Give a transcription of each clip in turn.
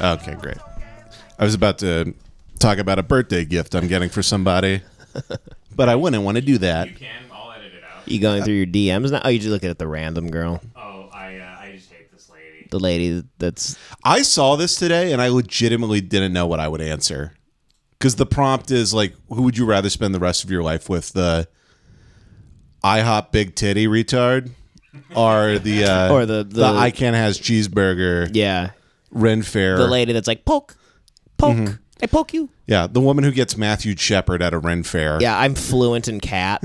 Okay, great. I was about to talk about a birthday gift I'm getting for somebody, but I wouldn't want to do that. You can. I'll edit it out. You going through your DMs now? Oh, you just looking at the random girl, Oh, I uh, I just hate this lady. the lady that's I saw this today and I legitimately didn't know what I would answer. Because the prompt is like, who would you rather spend the rest of your life with? The IHOP big titty retard or the uh, Or the, the- the- I can't has cheeseburger yeah, Ren Fair the lady that's like poke, poke, I poke you. yeah the woman who gets Matthew Shepard at a Ren Fair Yeah, I'm fluent in cat.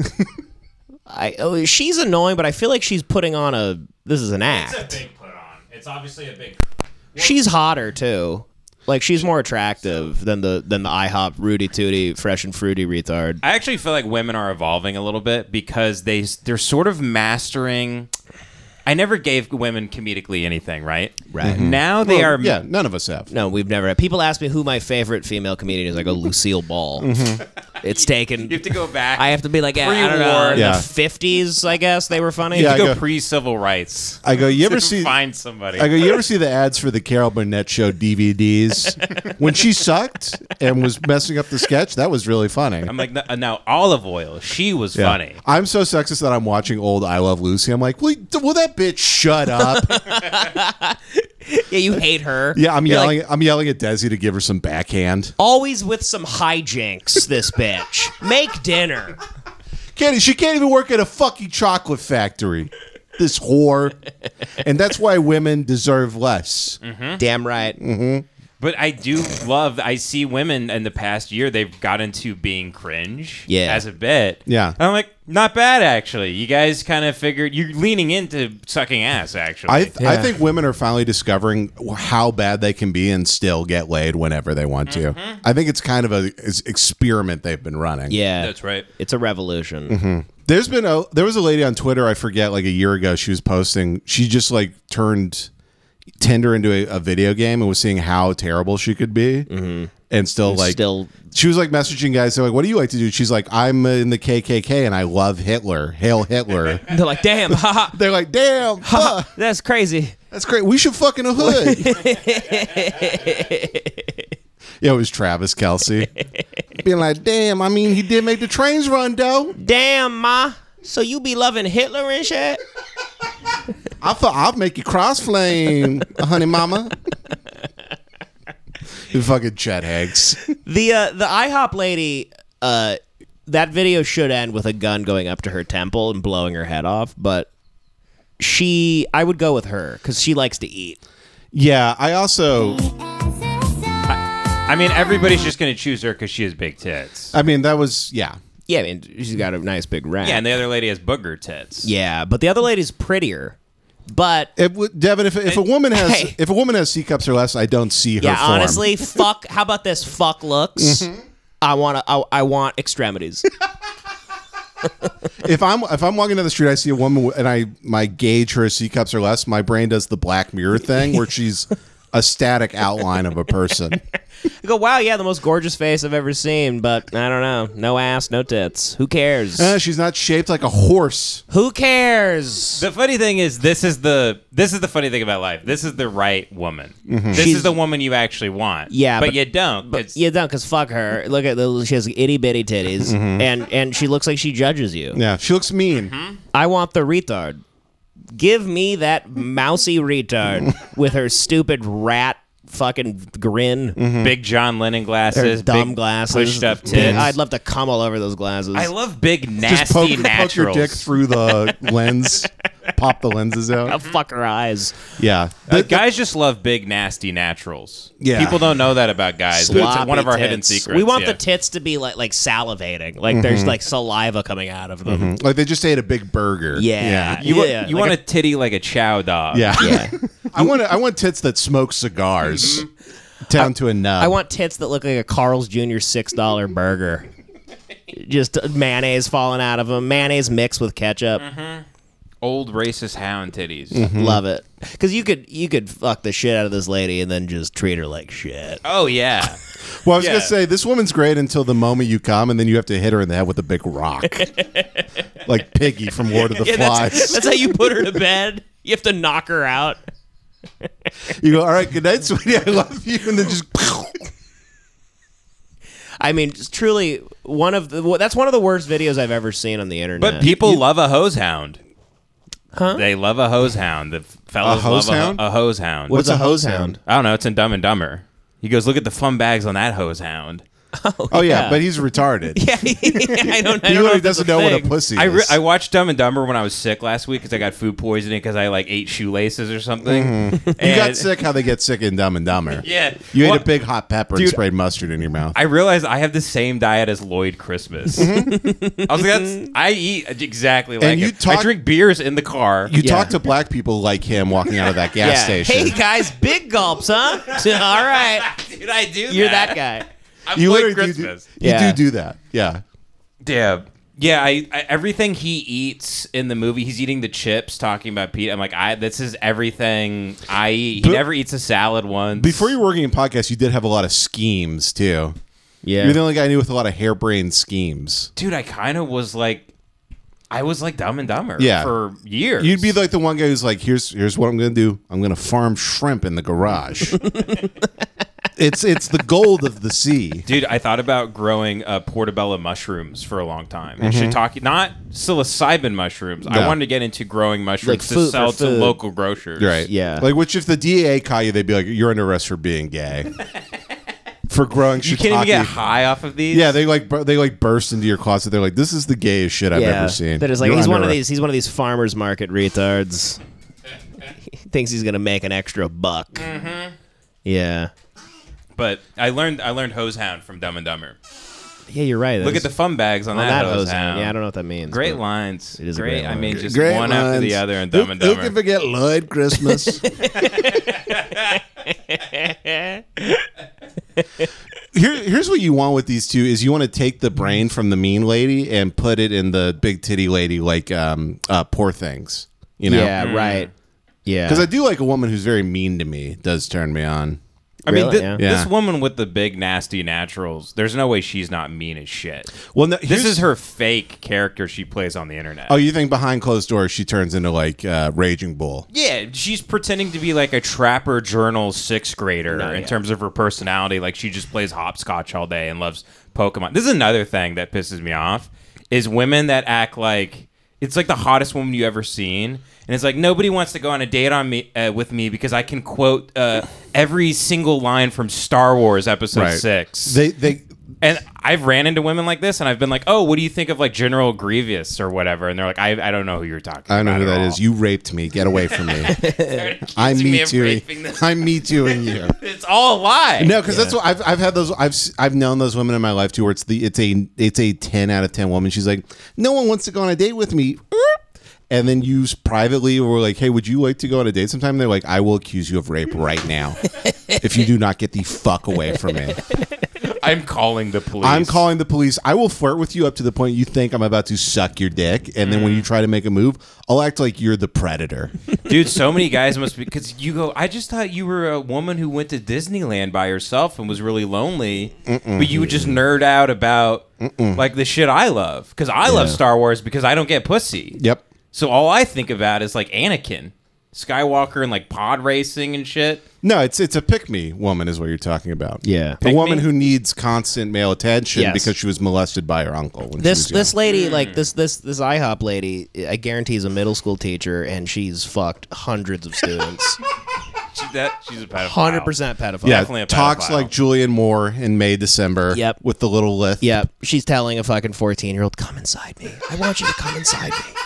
I oh, she's annoying, but I feel like she's putting on a. This is an It's a act. big put on. It's obviously a big. She's hotter too. Like she's more attractive than the than the IHOP Rudy Tooty fresh and fruity retard. I actually feel like women are evolving a little bit because they they're sort of mastering. I never gave women comedically anything, right? Right. Now they are. Oh, yeah none of us have No, we've never. People ask me who my favorite female comedian is. I go Lucille Ball. It's taken. You have to go back. I Mm-hmm. have to be like, yeah, I don't know, Pre-war. in Yeah. the fifties, I guess they were funny. Yeah, to go go- pre civil rights. I go you ever to see find somebody. I go, you ever see the ads for the Carol Burnett show DVDs? when she sucked and was messing up the sketch, that was really funny. I'm like, "No- now olive oil. She was Yeah. funny. I'm so sexist that I'm watching old I Love Lucy. I'm like, will, will that bitch shut up? yeah, you hate her. yeah, I'm You're like, yelling. I'm yelling at Desi to give her some backhand. always with some hijinks. This bitch make dinner. Can't she can't even work at a fucking chocolate factory? This whore, and that's why women deserve less. Damn right. Mm-hmm. But I do love. I see women in the past year. They've got into being cringe. Yeah. As a bit. Yeah. And I'm like, not bad actually. You guys kind of figured you're leaning into sucking ass actually. I th- I Yeah. think women are finally discovering how bad they can be and still get laid whenever they want to. I think it's kind of a it's experiment they've been running. Yeah, That's right. It's a revolution. Mm-hmm. There's been a there was a lady on Twitter I forget like a year ago she was posting she just like turned Tinder into a, a video game and was seeing how terrible she could be and still like Mm-hmm. Still, she was like messaging guys they're like what do you like to do she's like I'm in the KKK and I love Hitler hail Hitler they're like, damn, haha, they're like damn fuck, that's crazy. that's great we should fuck in a hood yeah it was Travis Kelsey being like damn I mean he did make the trains run though Damn, ma. So you be loving Hitler and shit? I thought I'd make you cross flame, honey mama. you fucking Chet Hanks. The uh, the IHOP lady. Uh, that video should end with a gun going up to her temple and blowing her head off, but she, I would go with her because she likes to eat. Yeah, I also. I mean, everybody's just gonna choose her because she has big tits. I mean, that was yeah. Yeah, I mean, she's got a nice big rack. yeah, and the other lady has booger tits. yeah, but the other lady's prettier. But It would Devin. If, if a woman has Hey. if a woman has C cups or less, I don't see her. yeah, form. Mm-hmm. honestly, fuck. How about this? Fuck looks. I want to. I, I want extremities. if I'm if I'm walking down the street, I see a woman w- and I my gauge her as C cups or less. My brain does the Black Mirror thing where she's a static outline of a person. I go, wow, yeah, the most gorgeous face I've ever seen, but I don't know. No ass, no tits. Who cares? Uh, she's not shaped like a horse. Who cares? The funny thing is, this is the this is the funny thing about life. This is the right woman. Mm-hmm. This She's- is the woman you actually want. Yeah, but, but- you don't. But 'cause- you don't, cause fuck her. Look at the, she has itty bitty titties, and and she looks like she judges you. Mm-hmm. Yeah, she looks mean. I want the retard. Give me that mousy retard with her stupid rat fucking grin, Mm-hmm. big John Lennon glasses, her dumb big glasses, pushed up Big- tits. I'd love to cum all over those glasses. I love big Just nasty poke, poke your naturals. dick through the lens, pop the lenses out. Mm-hmm. I'll fuck her eyes. Yeah. Uh, The- guys just love big nasty naturals. Yeah. people don't know that about guys. but It's Sloppy one of our hidden tits. secrets. We want yeah. Mm-hmm. the tits to be like like salivating, like there's like saliva coming out of them. like they just ate a big burger. Yeah, You, yeah, want, you like want a titty like a chow dog. Yeah. Yeah. I want I want tits that smoke cigars down to a nub. I want tits that look like a Carl's Jr. six dollar burger. just mayonnaise falling out of them. Mayonnaise mixed with ketchup. Old racist hound titties. Mm-hmm. Love it. Because you could you could fuck the shit out of this lady and then just treat her like shit. Oh yeah. Well, I was Yeah. gonna say this woman's great until the moment you come, and then you have to hit her in the head with a big rock, like Piggy from Lord of the Flies. how you put her to bed. You have to knock her out. You go, all right, good night, sweetie, I love you, and then just. I mean, it's truly one of the that's one of the worst videos I've ever seen on the internet. But people love a hose hound. Huh? They love a hose hound. The fellows A hose love hound? A, a hose hound. What's a hose hound? I don't know. It's in Dumb and Dumber. He goes, look at the fun bags on that hose hound. Oh yeah, Yeah. but he's retarded. yeah, I don't. I He don't know literally if that's doesn't know what a thing. pussy is. I, re- I watched Dumb and Dumber when I was sick last week because I got food poisoning because I like ate shoelaces or something. Mm-hmm. you And- got sick how they get sick in Dumb and Dumber. Yeah. You Well, ate a big hot pepper and Dude, sprayed mustard in your mouth. I realized I have the same diet as Lloyd Christmas. I was like, that's, I eat exactly like Mm-hmm. And you him. I talk- drink beers in the car. you Yeah. talk to black people like him walking out of that gas Yeah. station. Hey guys, big gulps, huh? All right, Dude, I do you're that guy. I'm you Lloyd literally do, do- you Christmas. Yeah. do do that. Yeah. Yeah. Yeah, I, I everything he eats in the movie, he's eating the chips, talking about Pete. I'm like, I this is everything I eat. He But- never eats a salad once. Before you were working in podcasts, you did have a lot of schemes too. Yeah, You're the only guy I knew with a lot of harebrained schemes. dude, I kind of was like, I was like Dumb and Dumber. Yeah. for years. You'd be like the one guy who's like, "Here's here's what I'm gonna do. I'm gonna farm shrimp in the garage. it's it's the gold of the sea. dude. I thought about growing uh, portobello mushrooms for a long time. And shiitake, not psilocybin mushrooms. I Yeah. wanted to get into growing mushrooms food to for sell to food. local grocers. Right? Yeah. Like, which if the DEA caught you, they'd be like, "You're under arrest for being gay, for growing You shiitake." can't even get high off of these. Yeah, they like bur- they like burst into your closet. They're like, "This is the gayest shit I've ever seen." That is like You're he's under one of arrest. these. He's one of these farmers market retards. he thinks he's gonna make an extra buck. Mm-hmm. Yeah, but I learned I learned hose hound from Dumb and Dumber. yeah, you're right. Look at the fun bags on, on that, that hose hose hound. Yeah, I don't know what that means. Great but- lines. It is a great. great I line. mean, just Great one after the lines. other and Who- Dumb and Dumber. Who can forget Lloyd Christmas? Here, here's what you want with these two is you want to take the brain from the mean lady and put it in the big titty lady like um, uh, poor things you know Yeah, right. Yeah, Mm. because I do like a woman who's very mean to me does turn me on I mean, Really? thi- Yeah. this Yeah. woman with the big nasty naturals. There's no way she's not mean as shit. well no, This here's- is her fake character she plays on the internet. oh you think behind closed doors she turns into like uh, raging bull Yeah, she's pretending to be like a trapper journal sixth grader in yeah. terms of her personality. Like she just plays hopscotch all day and loves Pokemon. This is another thing that pisses me off is women that act like it's like the hottest woman you ever seen, and it's like nobody wants to go on a date on me uh, with me because I can quote uh, every single line from Star Wars Episode Right. Six. they they and I've ran into women like this, and I've been like, "Oh, what do you think of like General Grievous or whatever?" And they're like, "I, I don't know who you're talking." I don't know about who at that all." is you raped me get away from me I'm accusing me me of too raping them. I'm me tooing you. It's all a lie. No, because that's what I've, I've had those I've s- I've known those women in my life too, where it's the it's a it's a ten out of ten woman. She's like, no one wants to go on a date with me, and then you s- privately were like, hey, would you like to go on a date sometime? And they're like, I will accuse you of rape right now if you do not get the fuck away from me. I'm calling the police. I'm calling the police. I will flirt with you up to the point you think I'm about to suck your dick, and then when you try to make a move, I'll act like you're the predator. dude. So many guys must be because you go. I just thought you were a woman who went to Disneyland by herself and was really lonely, but you would just nerd out about like the shit I love because I love Yeah. Star Wars because I don't get pussy. Yep. So all I think about is like Anakin, Skywalker, and like pod racing and shit. No, it's it's a pick me woman is what you're talking about. Yeah. a woman me? who needs constant male attention Yes. because she was molested by her uncle. When this she was this lady like this this this IHOP lady. I guarantee is a middle school teacher, and she's fucked hundreds of students. She, that she's a pedophile. Hundred percent pedophile. young. definitely yeah, a talks pedophile. like Julian Moore in May December. Yep. with the little lift. Yeah, she's telling a fucking 14 year old, come inside me. I want you to come inside me.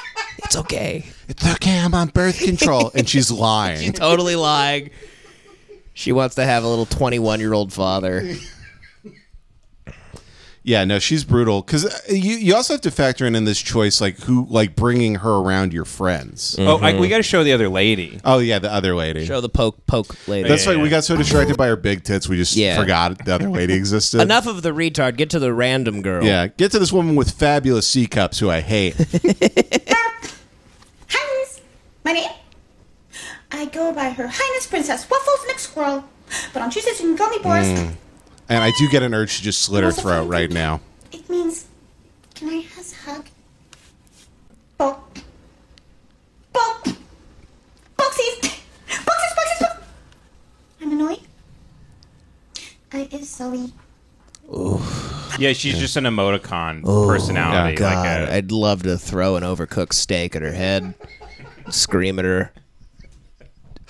It's okay. it's okay. I'm on birth control, and she's lying. Totally lying. She wants to have a little 21 year old father. Yeah, no, she's brutal because you you also have to factor in in this choice like who like bringing her around your friends. Oh, I, we got to show the other lady. Oh yeah, the other lady. Mm. Show the poke poke lady. That's why we got so distracted by her big tits, we just Yeah. forgot the other lady existed. Enough of the retard. Get to the random girl. Yeah, get to this woman with fabulous C cups who I hate. Highness, my name. I go by Her Highness Princess Waffles McSquirrel, but on Tuesdays you can call me Boris. and I do get an urge to just slit her throat right now. It means, can I has hug? Bo, bo, boxies, boxies, boxies, bo- I'm annoyed. I is sorry. Yeah, she's just an emoticon personality. yeah. like Oh, uh, God, a- I'd love to throw an overcooked steak at her head, scream at her,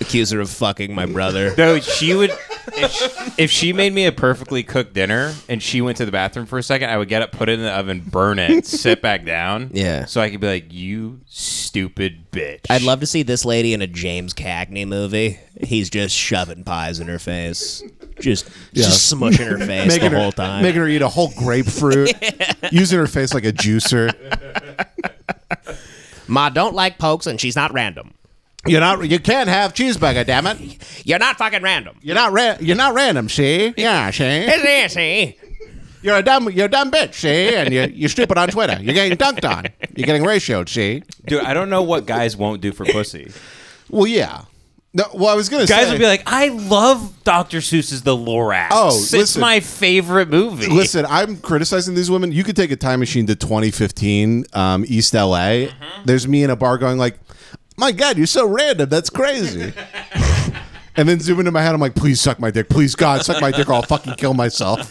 accuse her of fucking my brother. Though she would, if she, if she made me a perfectly cooked dinner and she went to the bathroom for a second, I would get up, put it in the oven, burn it, sit back down. Yeah. So I could be like, "You stupid bitch." I'd love to see this lady in a James Cagney movie. He's just shoving pies in her face, just just smushing her face the whole time. making her eat a whole grapefruit, using her face like a juicer. Ma don't like pokes, and she's not random. You're not. You can't have cheeseburger, damn it. You're not fucking random. You're not. Ra- you're not random, see? Yeah, see. It's easy. You're a dumb. You're a dumb bitch, see? And you you're stupid on Twitter. You're getting dunked on. You're getting ratioed, see? dude. I don't know what guys won't do for pussy. Well, yeah. No, well, I was gonna Guys say, would be like, "I love Dr. Seuss's The Lorax. Oh, it's listen. my favorite movie." Listen, I'm criticizing these women. You could take a time machine to 2015, um, East LA. There's me in a bar going like, "My God, you're so random. That's crazy." and then zoom into my head. I'm like, "Please suck my dick. Please God, suck my dick, or I'll fucking kill myself."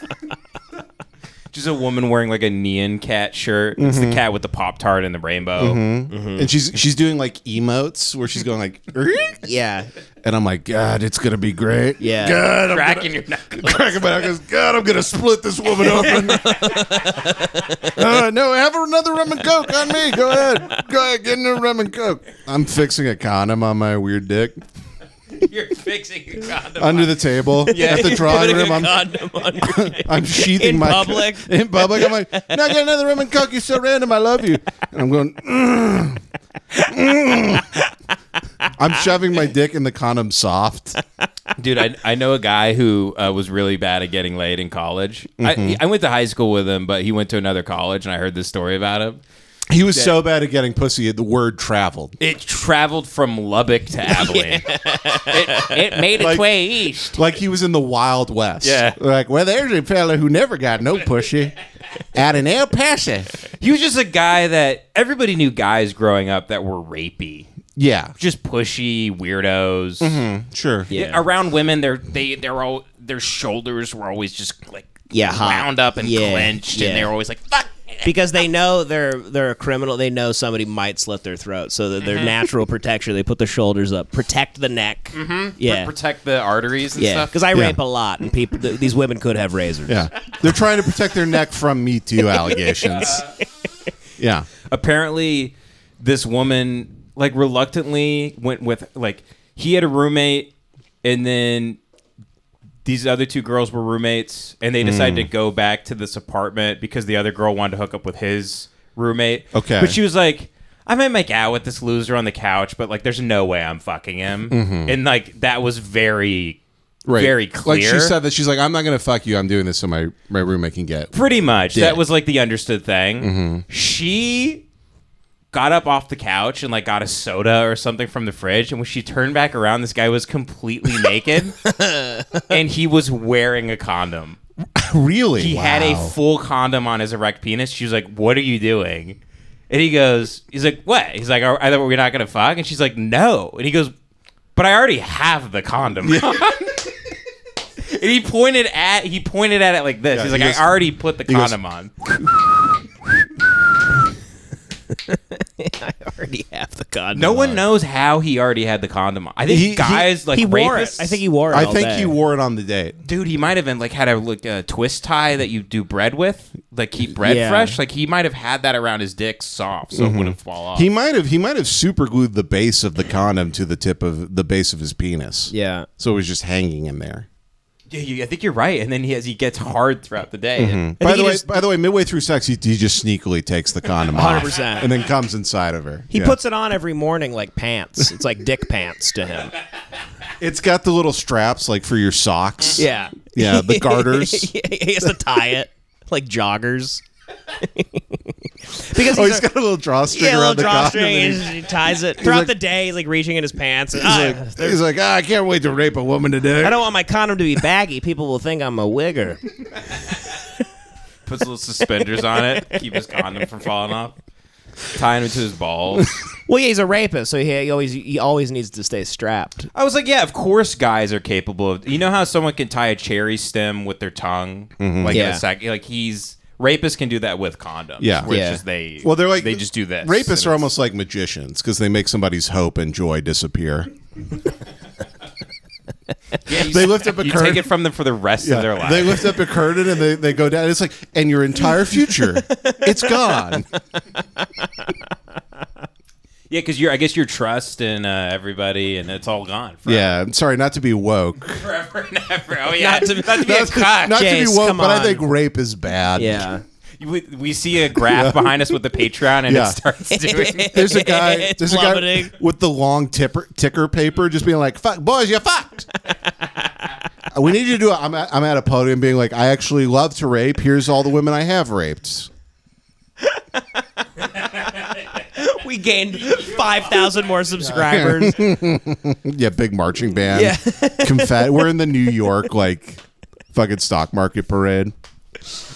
just a woman wearing like a neon cat shirt. It's Mm-hmm. the cat with the pop tart and the rainbow. And she's she's doing like emotes where she's going like, "Erk," Yeah, and I'm like, "God, it's gonna be great." Yeah. God, I'm Cracking gonna- your knuckles. cracking my knuckles. God, I'm gonna split this woman open. Uh, no, have another rum and coke on me. Go ahead, go ahead, get another rum and coke. I'm fixing a condom on my weird dick You're fixing a condom. under the table at the drawing room. I'm, I'm sheathing In my public? in public. I'm like, no, get another rum and coke. You're so random. I love you. And I'm going. "Mm, mm." I'm shoving my dick in the condom soft. Dude, I, I know a guy who uh, was really bad at getting laid in college. Mm-hmm. I, I went to high school with him, but he went to another college, and I heard this story about him. He was so bad at getting pussy, the word traveled. It traveled from Lubbock to Abilene. it, it made its Like- way east. Like he was in the Wild West. Yeah. Like, well, there's a fella who never got no pushy out in El Paso. He was just a guy that everybody knew guys growing up that were rapey, Yeah. just pushy weirdos. Mm-hmm. Sure. Yeah. Around women, they're they they're all their shoulders were always just like Yeah, hot. wound up and Yeah, clenched, yeah. and they were always like fuck. because they know they're they're a criminal. They know somebody might slit their throat, so that their natural protection. They put the shoulders up, protect the neck. Mm-hmm. Yeah, Protect the arteries and yeah. stuff. Because I Yeah. rape a lot, and people th- these women could have razors. Yeah. They're trying to protect their neck from Me Too allegations. Yeah. apparently this woman like reluctantly went with like he had a roommate and then these other two girls were roommates and they decided to go back to this apartment because the other girl wanted to hook up with his roommate Okay. but she was like I might make out with this loser on the couch, but like, there's no way I'm fucking him. And like, that was very, very clear. Like she said that she's like, I'm not going to fuck you. I'm doing this so my, my roommate can get. Pretty much. Yeah. That was like the understood thing. She got up off the couch and like got a soda or something from the fridge. And when she turned back around, this guy was completely naked and he was wearing a condom. Really? He had a full condom on his erect penis. She was like, What are you doing? And he goes, He's like, What? He's like, Are, are we not going to fuck? And she's like, No. And he goes, But I already have the condom. on." And he pointed at he pointed at it like this. Yeah, He's like, he goes- I already put the he goes- condom on. I already have the condom. No one knows how he already had the condom on. I think He- guys like he wore it. rapists- I think he wore it. I all think day. he wore it on the date. dude. He might have been like had a like a twist tie that you do bread with, like keep bread Yeah. fresh. Like he might have had that around his dick soft, so it wouldn't fall off. Mm-hmm. He might have he might have super glued the base of the condom to the tip of the base of his penis. Yeah. So it was just hanging in there. Yeah, you, I think you're right. And then he has he gets hard throughout the day. And I By think the he way, just- by the way, midway through sex, he, he just sneakily takes the condom off, 100%. and then comes inside of her. He Yeah. puts it on every morning like pants. It's like dick pants to him. It's got the little straps like for your socks. Yeah. Yeah, the garters. he has to tie it like joggers. because Oh, he's he's a- got a little drawstring yeah, a little around the condom. drawstring. and and he's- He ties it throughout like- the day. He's like reaching in his pants. And, He's "Ah, like, he's like, "Ah, I can't wait to rape a woman today. I don't want my condom to be baggy. People will think I'm a wigger. puts little suspenders on it, keep his condom from falling off, tying him to his balls. Well, yeah, he's a rapist, so he, he always he always needs to stay strapped. I was like, yeah, of course guys are capable of. You know how someone can tie a cherry stem with their tongue, like in Yeah. a sec. Like he's rapists can do that with condoms. Yeah. where it's Yeah. just they. Well, they're like they just do this. and Rapists it's- are almost like magicians because they make somebody's hope and joy disappear. Yeah, you They s- lift up a you curtain. take it from them for the rest of their life. They lift up a curtain and they, they go down. It's like, and your entire future, it's gone. yeah, because you're. I guess your trust in uh, everybody, and it's all gone. Forever, Yeah, I'm sorry not to be woke. forever and ever. Oh yeah, not to, be a Not, cock. not to be Chase, woke, come but I on. think rape is bad. Yeah. We, we see a graph behind us with the Patreon, and Yeah. it starts doing. There's a guy. It's There's a guy plummeting. with the long tipper, ticker paper, just being like, "Fuck, boys, you fucked." we need you to do. I'm at, I'm at a podium, being like, "I actually love to rape. Here's all the women I have raped." We gained 5,000 more subscribers. Yeah, big marching band. Yeah. Confetti. We're in the New York like fucking stock market parade.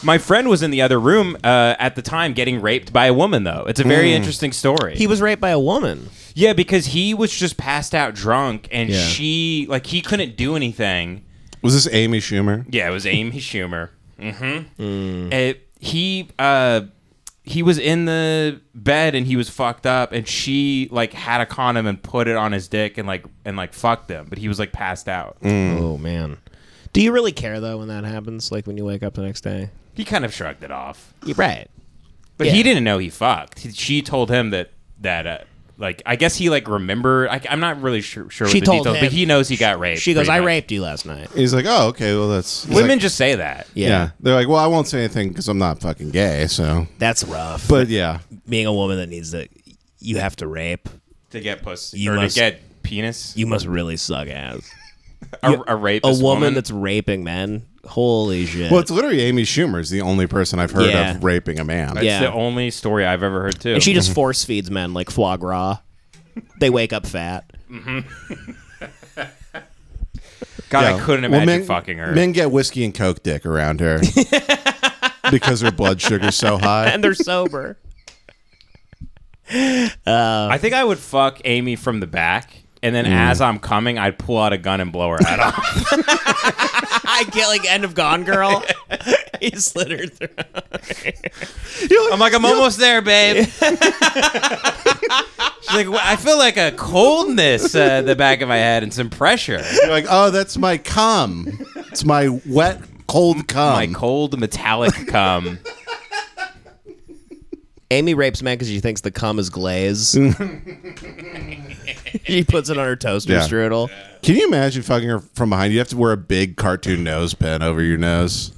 My friend was in the other room uh, at the time, getting raped by a woman. Though it's a very interesting story. He was raped by a woman. Yeah, because he was just passed out drunk, and Yeah. she like he couldn't do anything. Was this Amy Schumer? Yeah, it was Amy Schumer. Mm-hmm. It, he uh, he was in the bed and he was fucked up, and she like had a condom and put it on his dick and like and like fucked him, but he was like passed out. Hmm. Oh, man. Do you really care, though, when that happens? Like when you wake up the next day? He kind of shrugged it off, You're right. but Yeah. he didn't know he fucked. He- She told him that that. Uh, like I guess he like remember. I, am not really sure, sure She what the told details, him. but he knows he got raped. She goes, pretty I much. raped you last night. He's like, oh, okay, well, that's he's Women like- just say that. yeah. They're like, well, I won't say anything because I'm not fucking gay. So, That's rough. but yeah, being a woman that needs to, you have to rape. to get pussy You or must- to get penis. You must really suck ass. a, a A rapist woman, woman. that's raping men. Holy shit. well, it's literally Amy Schumer is the only person I've heard Yeah. of raping a man. It's Yeah. the only story I've ever heard too. and she just force feeds men like foie gras. They wake up fat. God, I Yeah. couldn't Well, imagine men- fucking her. Men get whiskey and coke dick around her because her blood sugar's so high. And they're sober. I think I would fuck Amy from the back, and then Mm. as I'm coming, I'd pull out a gun and blow her head off. I get like end of Gone Girl. he slid her through. I'm like, I'm almost there, babe. She's like, "Well, I feel like a coldness uh, at the back of my head and some pressure. You're like, oh, that's my cum. It's my wet, cold cum. My cold metallic cum. Amy rapes men because she thinks the cum is glaze. she puts it on her toaster Yeah. strudel. Can you imagine fucking her from behind? You have to wear a big cartoon nose pin over your nose.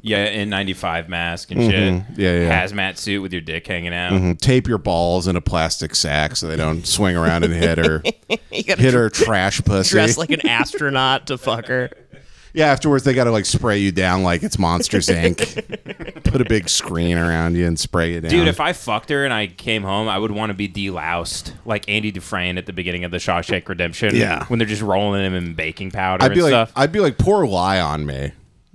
Yeah, in 95 mask and shit. Mm-hmm. Yeah, yeah. Mm-hmm. Hazmat suit with your dick hanging out. And tape your balls in a plastic sack so they don't swing around and hit her, You gotta hit her trash pussy. dress like an astronaut to fuck her. yeah, afterwards they got to like spray you down like it's Monsters Inc. Put a big screen around you and spray you down. Dude, if I fucked her and I came home, I would want to be deloused like Andy Dufresne at the beginning of the Shawshank Redemption. Yeah. when they're just rolling him in baking powder I'd be and like, stuff. I'd be like, pour lye on me,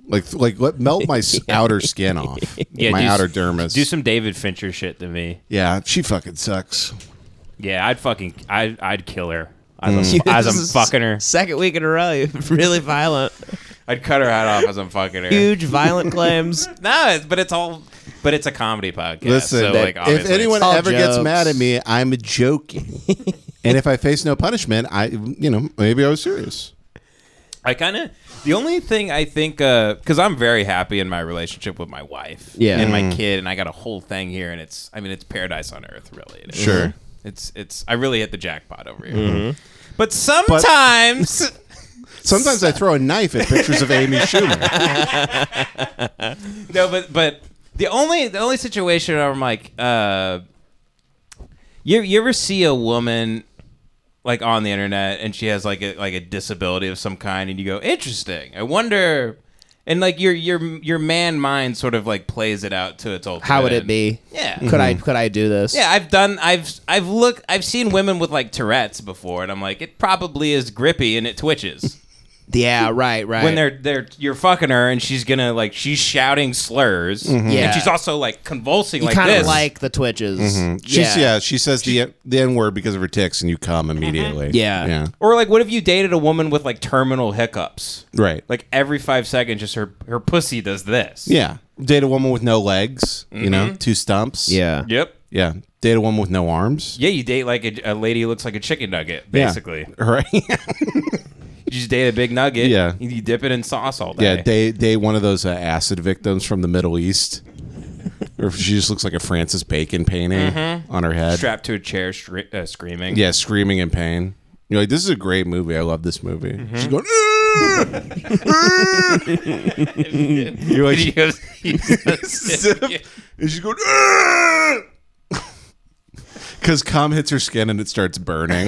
like like let melt my s outer skin off, my do s- outer dermis. Do some David Fincher shit to me. yeah, she fucking sucks. Yeah, I'd fucking, I, I'd kill her. As I'm, Mm. as I'm This is fucking her, Second week in a row, you're really violent. I'd cut her head off as I'm fucking her. Huge violent claims. No, it's, but it's all, but it's a comedy podcast. Listen, so, like, if obviously anyone it's- all ever gets jokes. mad at me, I'm joking. and if I face no punishment, I you know maybe I was serious. I kind of the only thing I think because I'm very happy in my relationship with my wife, Yeah. and Mm. my kid, and I got a whole thing here, and it's I mean it's paradise on earth, really. It is. Sure. Mm-hmm. it's it's I really hit the jackpot over here. But sometimes Sometimes I throw a knife at pictures of Amy Schumer. No, but but the only the only situation where I'm like, uh, you you ever see a woman like on the internet and she has like a like a disability of some kind, and you go, interesting. I wonder, and like your your your man mind sort of like plays it out to its ultimate. How would it end. be? Mm-hmm. Yeah. Could I could I do this? Yeah, I've done. I've I've looked. I've seen women with like Tourette's before, and I'm like, it probably is grippy and it twitches Yeah, right, right. when they're they're you're fucking her, and she's gonna like she's shouting slurs. Mm-hmm. Yeah. and she's also like convulsing you like kind this. of like the twitches. She's, yeah. she says the the N word because of her ticks, and you come immediately. Yeah. yeah, or like, what if you dated a woman with like terminal hiccups? right. Like every five seconds, just her her pussy does this. yeah, date a woman with no legs. You know, two stumps. Yeah. Yep. yeah. Date a woman with no arms. Yeah, you date like a, a lady who looks like a chicken nugget, basically. Right. You just date a big nugget. Yeah. You you dip it in sauce all day. yeah. Date date one of those uh, acid victims from the Middle East. Or if she just looks like a Francis Bacon painting on her head. Strapped to a chair, stri- uh, screaming. Yeah, screaming in pain. You're like, this is a great movie. I love this movie. She's going. "Ah!" You're like, He goes- he As goes- if- and she's going because cum hits her skin and it starts burning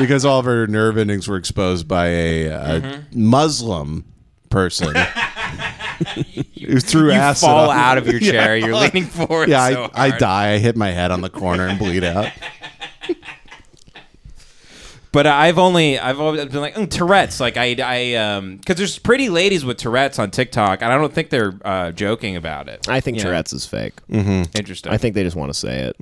because all of her nerve endings were exposed by a, a Mm-hmm. Muslim person who threw you acid fall on- out of your chair. You're leaning forward. Yeah, so I, I hard. die. I hit my head on the corner and bleed out. But I've only I've always been like mm, Tourette's. Like I I um because there's pretty ladies with Tourette's on TikTok, and I don't think they're uh, joking about it. I think You know? Tourette's is fake. Interesting. I think they just want to say it.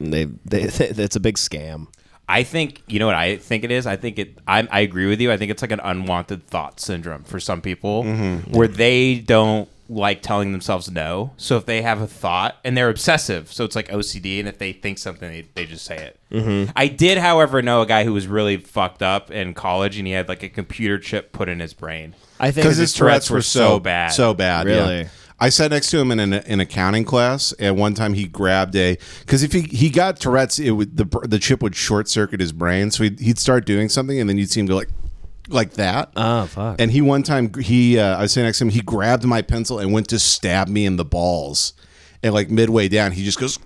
And they, they, they it's a big scam. I think you know what I think it is. I think it. I, I agree with you. I think it's like an unwanted thought syndrome for some people, Mm-hmm. where they don't like telling themselves no. So if they have a thought and they're obsessive, so it's like OCD, and if they think something, they, they just say it. Mm-hmm. I did, however, know a guy who was really fucked up in college, and he had like a computer chip put in his brain. I think because his Tourette's were so bad, so bad. yeah. Really? I sat next to him in an in accounting class, and one time he grabbed a because if he, he got Tourette's, it would the br- the chip would short circuit his brain, so he'd, he'd start doing something, and then you'd see him go like like that. Oh fuck. and he one time he uh, I was sitting next to him, he grabbed my pencil and went to stab me in the balls, and like midway down, he just goes.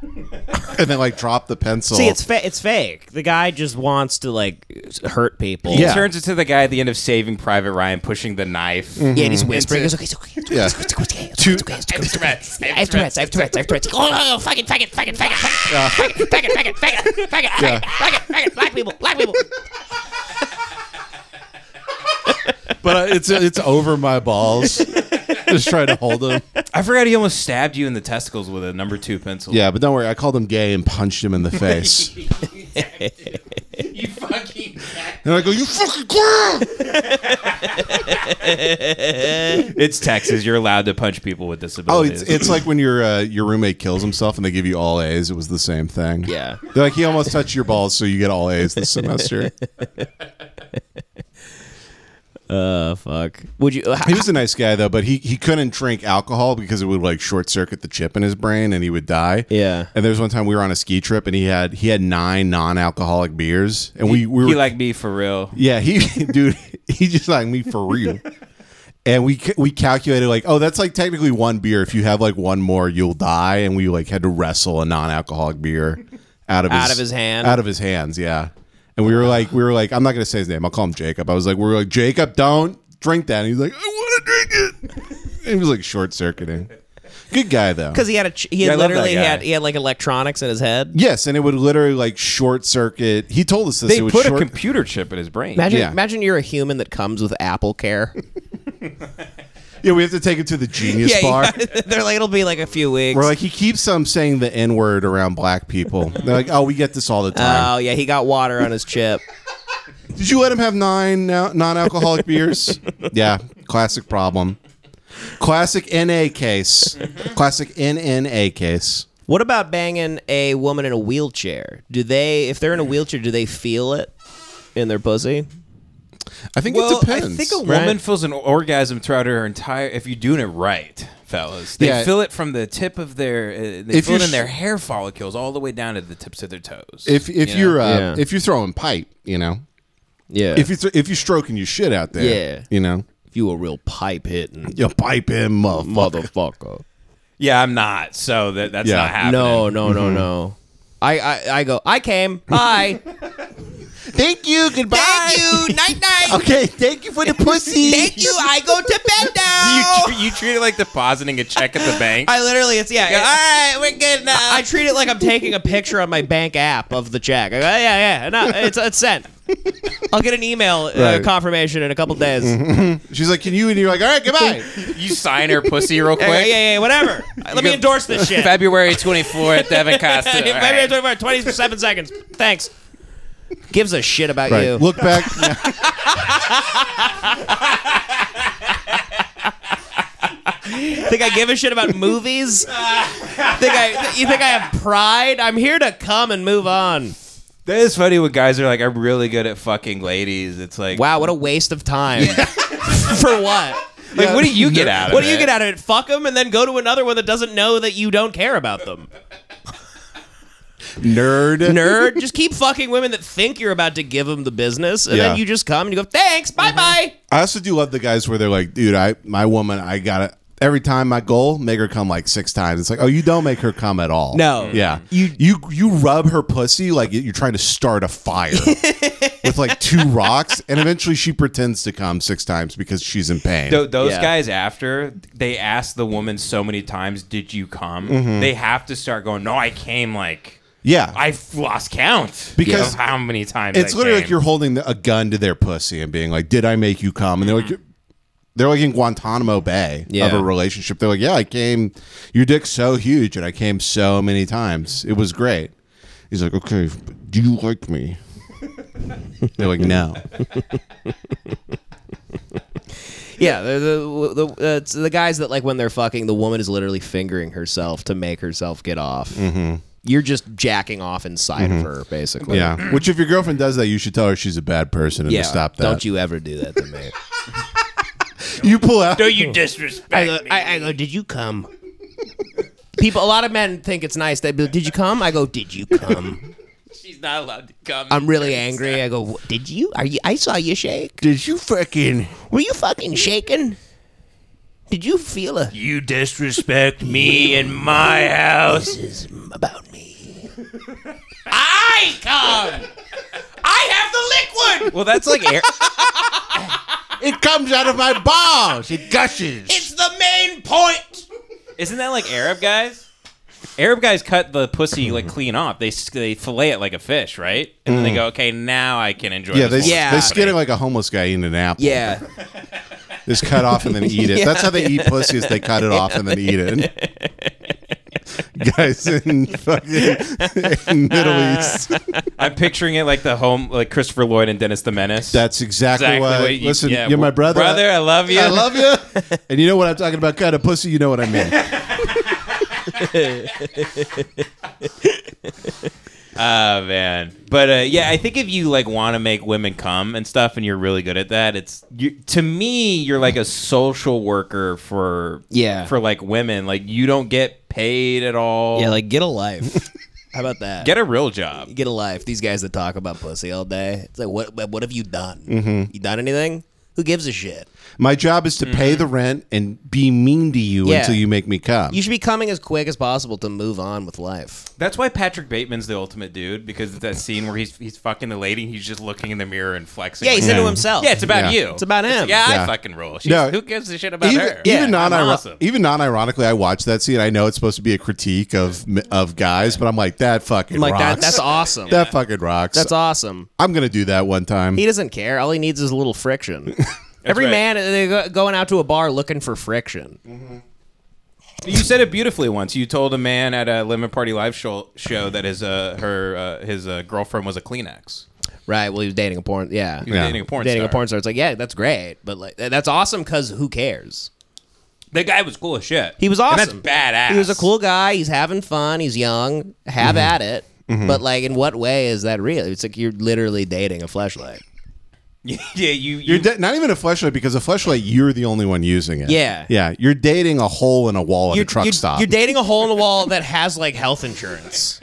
and then like dropped the pencil. See, it's fa- it's fake. The guy just wants to like hurt people. Yeah. Turns into the guy at the end of Saving Private Ryan pushing the knife. Mm. Yeah, and he's whispering. It's It's okay, it's okay, it's okay, Yeah. it's okay, it's okay, it's Two- okay, it's okay, it's okay, it's okay. Tourette's. I have Tourette's. I have Tourette's. I have Tourette's. Oh, fucking faggot, faggot, faggot, faggot, faggot, faggot, faggot, faggot, faggot, faggot, faggot, faggot, black people, black people. but uh, it's it's over my balls. just trying to hold him. I forgot he almost stabbed you in the testicles with a number two pencil. Yeah, but don't worry. I called him gay and punched him in the face. you fucking. And I go, you fucking clown! It's Texas. You're allowed to punch people with Oh, disabilities. it's, it's like when your uh, your roommate kills himself and they give you all A's. It was the same thing. Yeah. They're like, he almost touched your balls, so you get all A's this semester. Uh, fuck. Would you? he was a nice guy, though, but he, he couldn't drink alcohol because it would, like, short-circuit the chip in his brain and he would die. Yeah. And there was one time we were on a ski trip and he had he had nine non-alcoholic beers. And we, we were... he like me for real. Yeah, he dude, he just like me for real. And we ca- we calculated like, oh, that's like technically one beer. If you have like one more, you'll die. And we like had to wrestle a non-alcoholic beer out of Out his, of his hand? out of his hands. Yeah. And we were like, we were like, I'm not gonna say his name. I'll call him Jacob. I was like, we were like, Jacob, don't drink that. And he's like, I want to drink it. He was like short circuiting. Good guy though. Because he had a ch- he had I love that literally he guy. had he had like electronics in his head. Yes, and it would literally like short circuit. He told us this. They it would put a short- computer chip in his brain. Imagine Yeah. imagine you're a human that comes with Apple Care. yeah, we have to take him to the genius you bar. got- they're like it'll be like a few weeks. We're like he keeps um saying the n word around black people. They're like, oh, we get this all the time. Uh, oh yeah, he got water on his chip. Did you let him have nine non alcoholic beers? yeah, classic problem. Classic NA case. Classic NNA case. What about banging a woman in a wheelchair? Do they, if Mm. they're in a wheelchair, do they feel it in their pussy? I think well, it depends. I think a right? woman feels an orgasm throughout her entire. If you're doing it right, fellas. They Yeah. feel it from the tip of their. Uh, they If feel it you're in their sh- hair follicles all the way down to the tips of their toes. If if you you know? are uh, Yeah. if you're throwing pipe, you know, Yeah. If you th- if you're stroking your shit out there, Yeah. you know, if you a real pipe hitting you pipe him, motherfucker. motherfucker. yeah, I'm not. So that that's Yeah. not happening. No, no, Mm-hmm. no, no. I, I, I go, I came. Bye. thank you, goodbye. you. Night night. Okay, thank you for the pussy. you. I go to bed You, now. tr- you treat it like depositing a check at the bank. I literally, it's, yeah. it- right, we're good now. I treat it like I'm taking a picture on my bank app of the check. I go, yeah, yeah. No, it's, it's sent. I'll get an email uh, Right. confirmation in a couple days. She's like, "Can you?" And you're like, "All right, goodbye." you sign her pussy real I go, yeah, quick. yeah, yeah, whatever. Let me go- endorse this shit. February 24th, Devin Costa. all February right. 24, 27 seconds. Thanks. Gives a shit about Right. you. Look back. Think I give a shit about movies? think I? You think I have pride? I'm here to come and move on. That is funny when guys are like, I'm really good at fucking ladies. It's like, Wow, what a waste of time. For what? Like, what do you get out of What do you it? get out of it? Fuck them and then go to another one that doesn't know that you don't care about them. nerd. Nerd, just keep fucking women that think you're about to give them the business, and Yeah. then you just come and you go, thanks, bye bye. I also do love the guys where they're like, dude, I my woman, I gotta every time my goal, make her come like six times. It's like, oh, you don't make her come at all. No. Yeah. You you you rub her pussy like you're trying to start a fire with like two rocks, and eventually she pretends to come six times because she's in pain. Tho- those Yeah. guys after they ask the woman so many times, "Did you come?" Mm-hmm. They have to start going. No, I came like yeah. I have lost count Because of how many times it's I literally came. like you're holding a gun to their pussy and being like, "Did I make you come?" And they're like, "They're like in Guantanamo Bay of Mm-hmm. Yeah. a relationship." They're like, "Yeah, I came. Your dick's so huge, and I came so many times. It was great." He's like, "Okay, do you like me?" they're like, "No." Yeah, the the, the, uh, it's the guys that like when they're fucking, the woman is literally fingering herself to make herself get off. Mm-hmm. You're just jacking off inside of her, basically. yeah. Which, if your girlfriend does that, you should tell her she's a bad person and Yeah, to stop that. Don't you ever do that to me. You pull out. Don't you disrespect I go, me? I, I go, did you come? People, a lot of men think it's nice. They be like, did you come? I go, did you come? She's not allowed to come. I'm really angry. I go, "What- did you? Are you? I saw you shake. Did you fucking? Were you fucking shaking? Did you feel a? you disrespect me in my house. This is about me. I come. I have the liquid. Well, that's like air. It comes out of my balls. It gushes. It's the main point. Isn't that like Arab guys? Arab guys cut the pussy Hmm. like clean off. They s- they fillet it like a fish, right? And then they go, okay, now I can enjoy. yeah, they, this Yeah. they skin it like a homeless guy eating an apple. Yeah, Just cut off and then eat it. That's how they eat pussy is they cut it off and then eat it. Guys in fucking in Middle East. I'm picturing it like the home, like Christopher Lloyd and Dennis the Menace. That's exactly, exactly why. what you, listen, yeah, you're my brother. Brother, I love you. I love you. And you know what I'm talking about? Kind of pussy. You know what I mean. Oh man, but uh, yeah, I think if you like want to make women come and stuff, and you're really good at that, it's you, to me you're like a social worker for Yeah. for like women. Like you don't get paid at all. like get a life. How about that? get a real job. get a life. These guys that talk about pussy all day. It's like, what? What what have you done? You done anything? Who gives a shit? My job is to pay the rent and be mean to you Yeah. until you make me come. You should be coming as quick as possible to move on with life. That's why Patrick Bateman's the ultimate dude because it's that scene where he's he's fucking the lady and he's just looking in the mirror and flexing. Yeah, he like, said to himself. yeah, it's about Yeah. you. It's about him. yeah, Yeah. I fucking rule. She's, No. who gives a shit about even, her? even Yeah, non I'm awesome. even non ironically, I watched that scene. I know it's supposed to be a critique of of guys, but I'm like that fucking I'm like rocks. that. That's awesome. that fucking rocks. That's awesome. I'm gonna do that one time. He doesn't care. All he needs is a little friction. Every right. man they're go- going out to a bar looking for friction. You said it beautifully once. You told a man at a lemon party live show, show that his uh, her uh, his uh, girlfriend was a Kleenex. Right. Well, he was dating a porn. Yeah. He was Yeah. dating a porn dating star. a porn star. It's like, yeah, that's great, but like th- that's awesome because who cares? The guy was cool as shit. He was awesome. And that's badass. Mm-hmm. He was a cool guy. He's having fun. He's young. Have at it. But like, in what way is that real? It's like you're literally dating a fleshlight. yeah, you. you You're da- not even a flashlight because a flashlight you're the only one using it. Yeah. yeah. You're dating a hole in a wall at a truck you're, stop. You're dating a hole in a wall that has like health insurance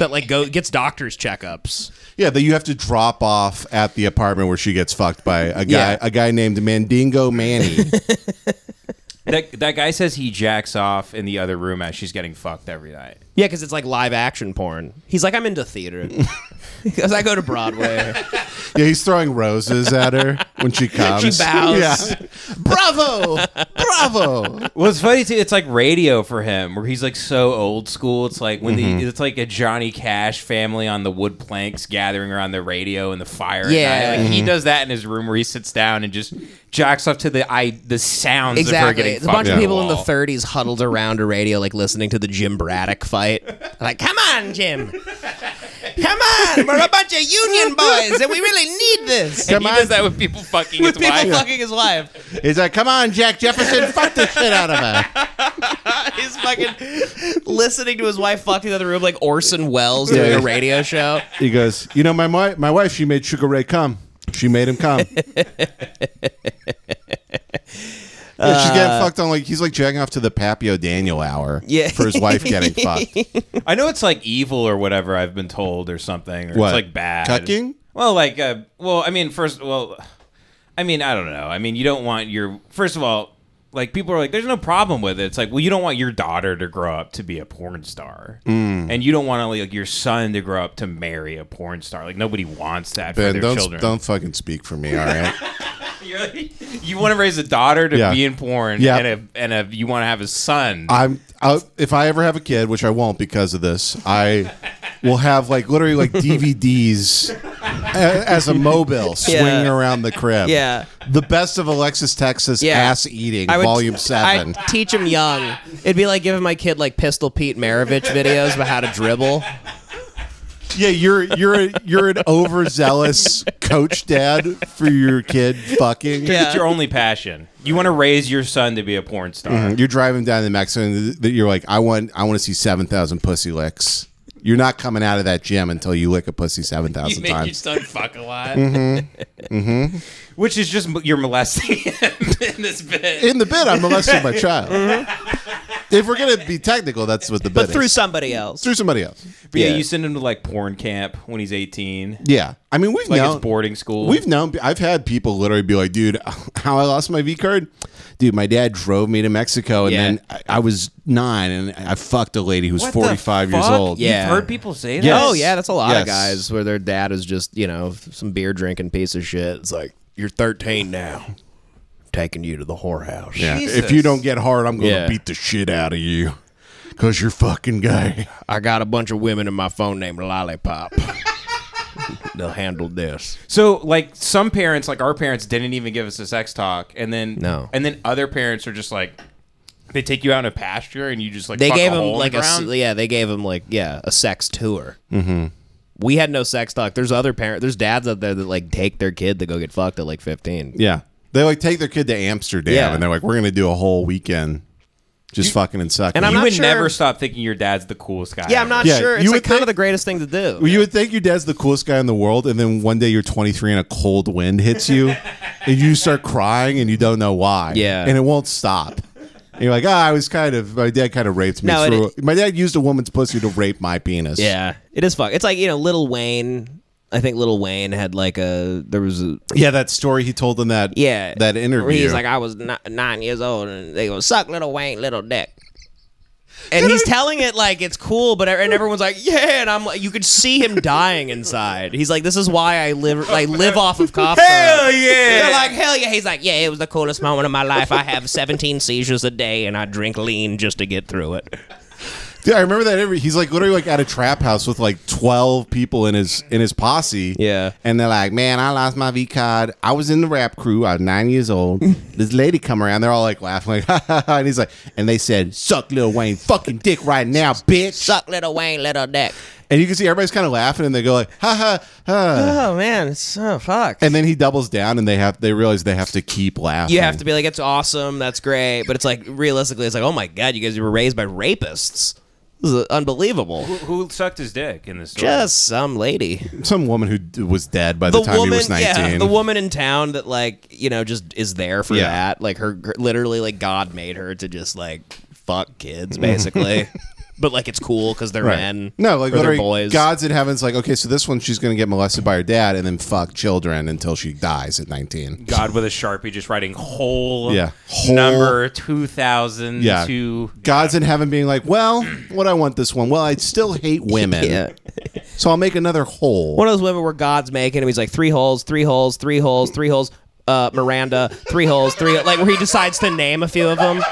that like go gets doctors checkups. yeah, that you have to drop off at the apartment where she gets fucked by a guy Yeah. a guy named Mandingo Manny. that, that guy says he jacks off in the other room as she's getting fucked every night. Yeah, because it's like live action porn. He's like, I'm into theater. Because I go to Broadway. yeah, he's throwing roses at her when she comes. She bows. Yeah. Bravo! Bravo! Well, it's funny too. It's like radio for him, where he's like so old school. It's like when Mm-hmm. the it's like a Johnny Cash family on the wood planks gathering around the radio and the fire. at Yeah. night. like, Mm-hmm. he does that in his room where he sits down and just jacks off to the i the sounds of her Exactly. getting It's a bunch fucked of on people in the wall. 30s huddled around a radio, like listening to the Jim Braddock fight. Like, come on, Jim. Come on. We're a bunch of union boys, and we really need this. And he does that with people fucking With his people wife. fucking his wife. He's like, come on, Jack Jefferson, fuck the shit out of her. He's fucking listening to his wife fuck in the other room like Orson Welles doing Yeah. a radio show. He goes, you know, my, my, my wife, she made Sugar Ray come. She made him come. yeah, she's getting fucked on like he's like jacking off to the Papio Daniel hour. Uh, Yeah. for his wife getting fucked. I know it's like evil or whatever I've been told or something. Or What? It's like bad Cucking? Well, like, uh, well, I mean, first, well, I mean, I don't know. I mean, you don't want your first of all, like, people are like, there's no problem with it. It's like, well, you don't want your daughter to grow up to be a porn star, Mm. and you don't want like your son to grow up to marry a porn star. Like, nobody wants that for Ben, their don't children. don't fucking speak for me, all right? You're like- you want to raise a daughter to Yeah. be in porn, Yeah. and a, and a, you want to have a son. I'm I, if I ever have a kid, which I won't because of this, I will have like literally like DVDs a- as a mobile swinging Yeah. around the crib. Yeah. the best of Alexis Texas Yeah. ass eating I would- volume seven. I'd teach him young. It'd be like giving my kid like Pistol Pete Maravich videos about how to dribble. yeah, you're you're a, you're an overzealous coach dad for your kid fucking. it's your only passion. You want to raise your son to be a porn star. You're driving down to Mexico and th- you're like, I want I want to see seven thousand pussy licks. You're not coming out of that gym until you lick a pussy seven thousand times. son fuck a lot. Which is just m- you're molesting him in this bit. in the bit, I'm molesting my child. Mm-hmm. If we're gonna be technical, that's what the bit But through is. somebody else. through somebody else. But yeah. Yeah. you send him to like porn camp when he's 18. Yeah, I mean we've Like known it's boarding school. We've known. I've had people literally be like, "Dude, how I lost my V card." Dude, my dad drove me to Mexico, and Yeah. then I, I was nine, and I fucked a lady who was What the 45 years fuck? old. Yeah. You've heard people say that. Yes. Oh yeah, that's a lot Yes. of guys where their dad is just you know some beer drinking piece of shit. It's like you're 13 now, taking you to the whorehouse. Yeah. Jesus. If you don't get hard, I'm gonna Yeah. beat the shit out of you, cause you're fucking gay. I got a bunch of women in my phone named Lollipop. They'll handle this. So like some parents, like our parents, didn't even give us a sex talk, and then No. and then other parents are just like, they take you out in a pasture and you just like They fuck gave a him hole in like the a s- ground. yeah. They gave him like yeah a sex tour. Mm-hmm. We had no sex talk. There's other parent. There's dads out there that like take their kid to go get fucked at like 15. Yeah, they like take their kid to Amsterdam, Yeah. and they're like, "We're gonna do a whole weekend, just fucking and sucking." And I'm you not would sure- never stop thinking your dad's the coolest guy. Yeah, I'm not Yeah, sure. It's you like would kind think- of the greatest thing to do. Well, you would think your dad's the coolest guy in the world, and then one day you're 23 and a cold wind hits you, and you start crying and you don't know why. Yeah. and it won't stop. And you're like, ah, I was kind of my dad kind of raped me. No, it- through, my dad used a woman's pussy to rape my penis. Yeah, it is fuck. It's like you know, Little Wayne. I think Little Wayne had like a there was a yeah, that story he told in that yeah that where interview. He's like, I was ni- nine years old, and they go suck Little Wayne, little dick. And he's telling it like it's cool, but e-, and everyone's like, yeah. And I'm like, you could see him dying inside. He's like, this is why I live, I live off of cough syrup. Hell yeah! They're like, hell yeah. He's like, yeah, it was the coolest moment of my life. I have 17 seizures a day, and I drink lean just to get through it. Dude, I remember that. Every, he's like literally like at a trap house with like twelve people in his in his posse. Yeah. and they're like, "Man, I lost my V card. I was in the rap crew. I was nine years old. This lady come around. They're all like laughing, like, ha, ha, ha. and he's like, and they said, "Suck Lil Wayne fucking dick right now, bitch." Suck Little Wayne, little dick. And you can see everybody's kind of laughing, and they go like, "Ha ha ha." Oh man, it's oh fuck. And then he doubles down, and they have they realize they have to keep laughing. you have to be like, it's awesome, that's great, but it's like realistically, it's like, oh my god, you guys were raised by rapists. This is unbelievable. Who sucked his dick in this story? Just some lady. Some woman who d- was dead by the, time he was 19. yeah, the woman in town that like you know just is there for Yeah. that. Like her, her- literally, like God made her to just like fuck kids, basically. but like it's cool because they're Right. men. No, like or they're literally, boys. God's in heaven's like, okay, so this one she's gonna get molested by her dad and then fuck children until she dies at nineteen. God with a sharpie, just writing whole, Yeah. Whole- number two thousand Yeah. two. God's in heaven being like, well, what I want this one? Well, I still hate women, Yeah. so I'll make another hole. One of those women where God's making him. He's like three holes, three holes, three holes, three holes. Uh, Miranda, three holes, three like where he decides to name a few of them.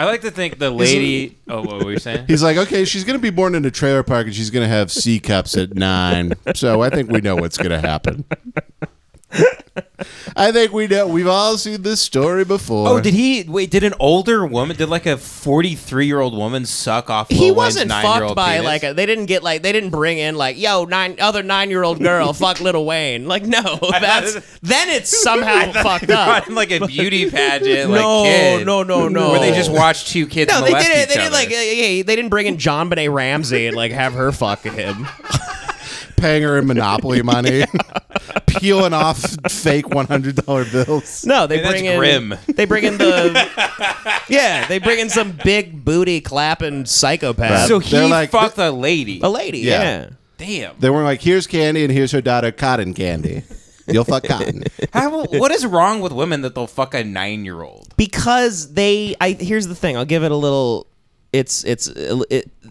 I like to think the lady. oh, what were you saying? He's like, okay, she's gonna be born in a trailer park and she's gonna have C cups at nine. So I think we know what's gonna happen. I think we know. We've all seen this story before. Oh, did he wait? Did an older woman, did like a forty-three-year-old woman, suck off? He Lil Wayne's wasn't fucked nine-year-old by penis? like a, they didn't get like they didn't bring in like yo nine other nine year old girl fuck little Wayne like no that's then it's somehow fucked up. Brought in, like a beauty pageant. like, No, kid, no, no, no. Where they just watched two kids. No, they molest didn't. They each didn't other. like. uh, Yeah, they didn't bring in John Benet Ramsey and like have her fuck him. paying her in Monopoly money, peeling off fake one hundred dollar bills? No, they Man, that's bring in. grim. They bring in the. yeah, they bring in some big booty clapping psychopath. So he They're like- fucked a lady. a lady. Yeah. Yeah. Damn. They were like, here's candy and here's her daughter cotton candy. You'll fuck cotton. How, what is wrong with women that they'll fuck a nine-year-old? Because they. I here's the thing. I'll give it a little. It's it's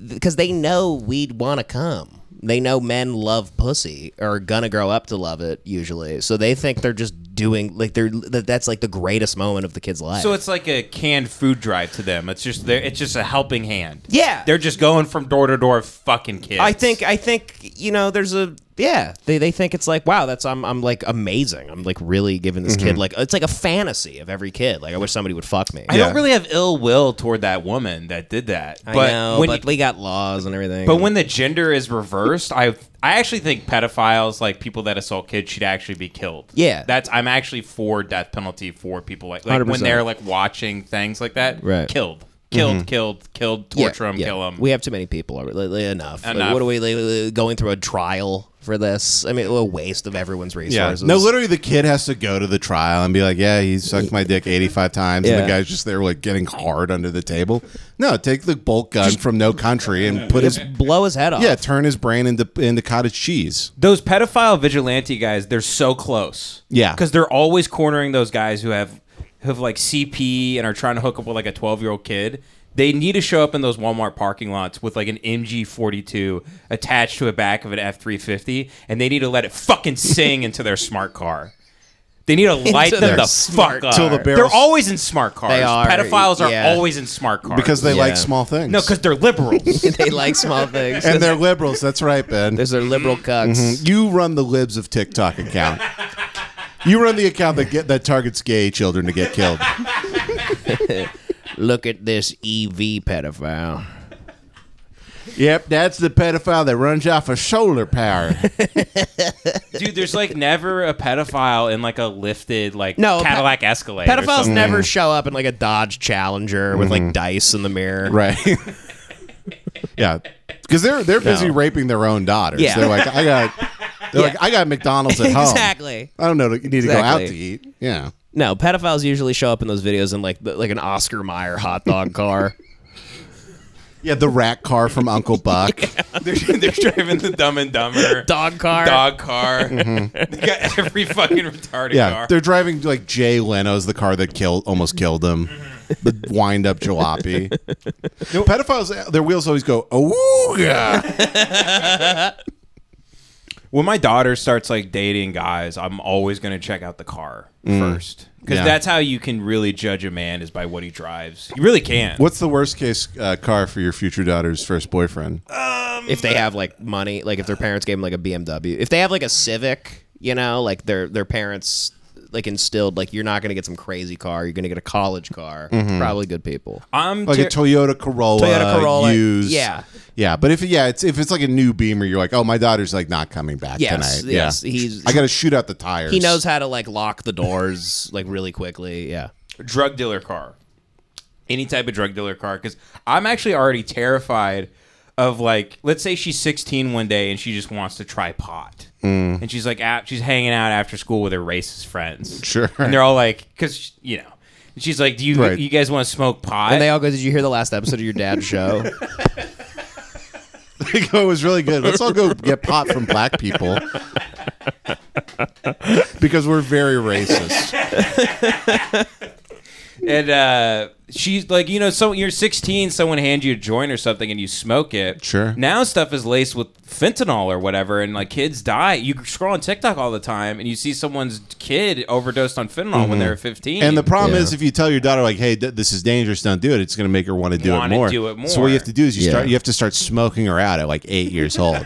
because they know we'd want to come. They know men love pussy or are gonna grow up to love it usually. So they think they're just doing like they're that that's like the greatest moment of the kid's life. So it's like a canned food drive to them. It's just they're, it's just a helping hand. Yeah. they're just going from door to door, fucking kids. I think I think you know there's a yeah they, they think it's like wow that's I'm I'm like amazing I'm like really giving this kid like it's like a fantasy of every kid like I wish somebody would fuck me. Mm-hmm. I Yeah. don't really have ill will toward that woman that did that. but when you- we got laws and everything. But when the gender is reversed, I I actually think pedophiles, like people that assault kids, should actually be killed. Yeah. that's I'm actually for death penalty for people like, like when 100%. they're like watching things like that. Right. killed, killed, killed, killed. Torture them, kill them. We have too many people already- li- li- enough. Like, Enough. what are we li- li- going through a trial for this? I mean, what a waste of everyone's Yeah. resources. No, literally, the kid has to go to the trial and be like, yeah, he sucked my dick 85 times. And Yeah. the guy's just there, like, getting hard under the table. No, take the bolt gun from no country and put his. blow his head off. Yeah, turn his brain into into cottage cheese. Those pedophile vigilante guys, they're so close. Yeah. because they're always cornering those guys who have who have like CP and are trying to hook up with like a 12 year old kid. They need to show up in those Walmart parking lots with like an MG42 attached to the back of an F350, and they need to let it fucking sing into their smart car. They need to light their them the smart fuck up. Till the barrels- they're always in smart cars. They are, Pedophiles are yeah. always in smart cars Because they Yeah. like small things. no, because they're liberals. they like small things. and they're liberals. That's right, Ben. there's their liberal cucks. You run the libs of TikTok account. You run the account that get that targets gay children to get killed. Look at this EV pedophile. Yep, that's the pedophile that runs off of solar power. Dude, there's like never a pedophile in like a lifted like No, pe- Cadillac Escalade. or Pedophiles something. never show up in like a Dodge Challenger with like dice in the mirror. right. yeah. Because they're they're busy No. raping their own daughters. Yeah. They're like, I got they're like, I got McDonald's at home. Exactly. I don't know you need to go out to Exactly. eat. Yeah. No, pedophiles usually show up in those videos in like the, like an Oscar Mayer hot dog car. Yeah, the rat car from Uncle Buck. they're, they're driving the Dumb and Dumber dog car. dog car. they got every fucking retarded Yeah. car. They're driving like Jay Leno's the car that killed almost killed him. Mm-hmm. The wind up jalopy. Pedophiles their wheels always go, Oh yeah. When my daughter starts like dating guys, I'm always gonna check out the car first because Yeah. that's how you can really judge a man is by what he drives. You really can. What's the worst case uh, car for your future daughter's first boyfriend? Uh, If they have like money, like if their parents gave them like a BMW, if they have like a Civic, you know, like their their parents like instilled like you're not gonna get some crazy car, you're gonna get a college car. Probably good people. I'm like ter- a Toyota Corolla, Toyota Corolla, Uh, used. yeah. yeah. But if yeah, it's if it's like a new Beamer, you're like, oh, my daughter's like not coming back Yes, tonight. yes, yeah, he's- I got to shoot out the tires. He knows how to like lock the doors like really quickly. Yeah. drug dealer car. any type of drug dealer car because I'm actually already terrified of like let's say she's 16 one day and she just wants to try pot and she's like out, she's hanging out after school with her racist friends Sure. and they're all like because you know and she's like do you Right. you guys want to smoke pot And they all go, "Did you hear the last episode of your dad's show?" oh, it was really good. Let's all go get pot from black people because we're very racist. and uh, she's like, you know, so you're 16, someone hands you a joint or something, and you smoke it. Sure. Now stuff is laced with fentanyl or whatever, and like kids die. You scroll on TikTok all the time, and you see someone's kid overdosed on fentanyl when they were 15. Mm-hmm. And the problem is, if you tell your daughter like, "Hey, th- this is dangerous. Don't do it," it's going to make her want to do it Wanna more. do it So what more. you have to do is you Yeah. start. You have to start smoking her out at like eight years old.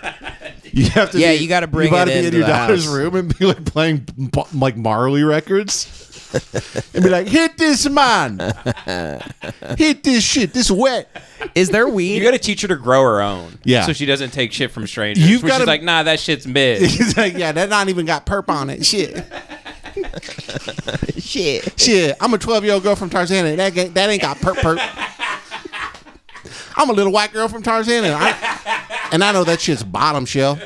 You have to. Yeah, be- you gotta bring You gotta it be in into your the daughter's house. room and be like playing b- like Marley records, and be like, "Hit this man, hit this shit. This wet." Is there weed? you got to teach her to grow her own, Yeah. so she doesn't take shit from strangers. You've You've got gotta- to like, nah, that shit's mid. He's like, "Yeah, that not even got perp on it. Shit." shit. Shit, I'm a 12 year old girl from Tarzan, and that, ain't- that ain't got perp perp. I'm a little white girl from Tarzan, and I, and I know that shit's bottom shell.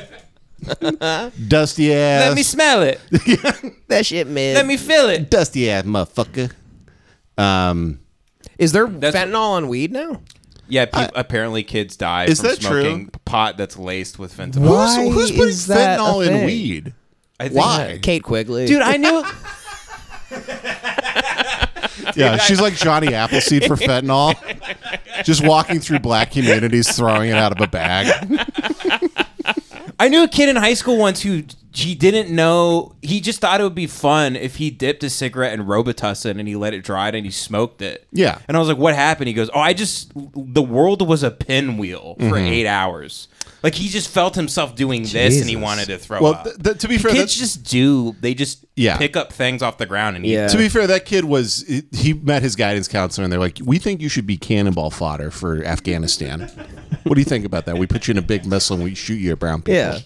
dusty ass. Let me smell it. That shit, man. Let me feel it. dusty ass motherfucker. Um, Is there That's- fentanyl on weed now? Yeah, peop apparently kids die Is from that true? smoking pot that's laced with fentanyl. Why who's, who's putting is that a fentanyl in thing? weed? I think- Why? Kate Quigley. Dude, I knew. Yeah, she's like Johnny Appleseed for fentanyl. Just walking through black communities, throwing it out of a bag. I knew a kid in high school once who he didn't know. He just thought it would be fun if he dipped a cigarette in Robitussin and he let it dry and he smoked it. Yeah. And I was like, "What happened?" He goes, "Oh, I just the world was a pinwheel for Mm-hmm. eight hours. Like he just felt himself doing this and he Jesus. wanted to throw Well, up. th- th- to be fair, that's, Kids just do. They just Yeah. pick up things off the ground and eat Yeah. To be fair, that kid was he met his guidance counselor and they're like, "We think you should be cannonball fodder for Afghanistan. what do you think about that? We put you in a big missile and we shoot you at brown people. Yeah.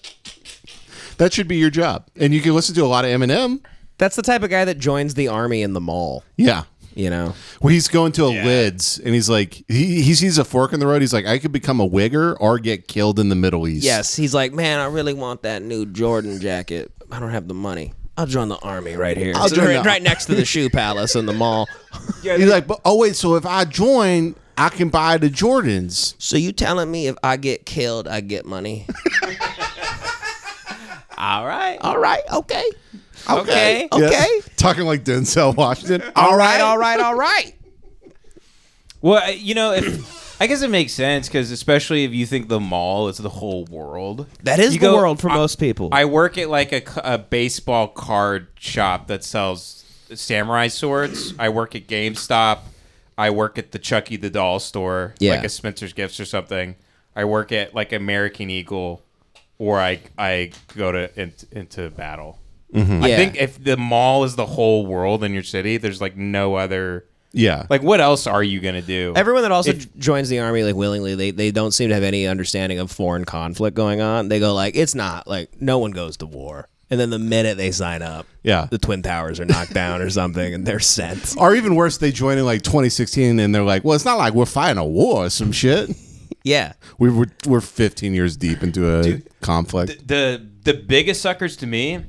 That should be your job. And you can listen to a lot of Eminem. That's the type of guy that joins the army in the mall. Yeah. You know, Well, he's going to a lids and he's like, he, he sees a fork in the road. He's like, I could become a wigger or get killed in the Middle East. Yes, he's like, man, I really want that new Jordan jacket. I don't have the money. I'll join the army right here. I'll So join right, the- right next to the shoe palace in the mall. He's like, but oh wait, so if I join, I can buy the Jordans. So you telling me if I get killed, I get money? All right. all right, okay, Okay. Yeah. okay. Talking like Denzel Washington. All right, all right, all right. Well, I- you know, if, I guess it makes sense because especially if you think the mall is the whole world. That is You the go, world for "I- most people. I work at like a, c- a baseball card shop that sells samurai swords. I work at GameStop. I work at the Chucky E, the Doll store, Yeah. like a Spencer's Gifts or something. I work at like American Eagle, or I I go to in, into battle. I Yeah. think if the mall is the whole world in your city, there's like no other. Yeah. Like, what else are you gonna do? Everyone that also j- joins the army like willingly, they, they don't seem to have any understanding of foreign conflict going on. They go like, it's not like no one goes to war. And then the minute they sign up, Yeah. the twin towers are knocked down or something, and they're sent. Or even worse, they join in like 2016 and they're like, well, it's not like we're fighting a war or some shit. Yeah, We were, we're 15 years deep into a conflict. the the biggest suckers to me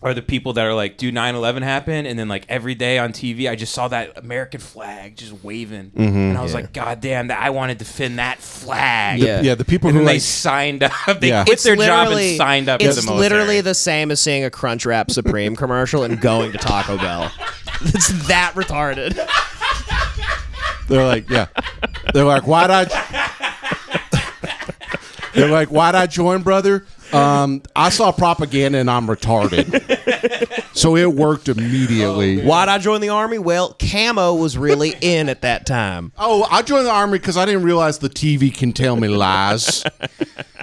are the people that are like, do 9-11 happen? And then like every day on TV, I just saw that American flag just waving. and I was like, God damn, that I want to defend that flag. Yeah. yeah, the people And who then they like, signed up. They Yeah. quit It's their job literally- and signed up It's for the military. literally the same as seeing a Crunchwrap Supreme commercial and going to Taco Bell. It's that retarded. they're like, yeah, they're like, why'd I? they're like, why'd I join, brother? Um, I saw propaganda and I'm retarded, so it worked Oh, immediately. Why- Why'd I join the army? Well, camo was really in at that time. Oh, I joined the army because I didn't realize the TV can tell me lies.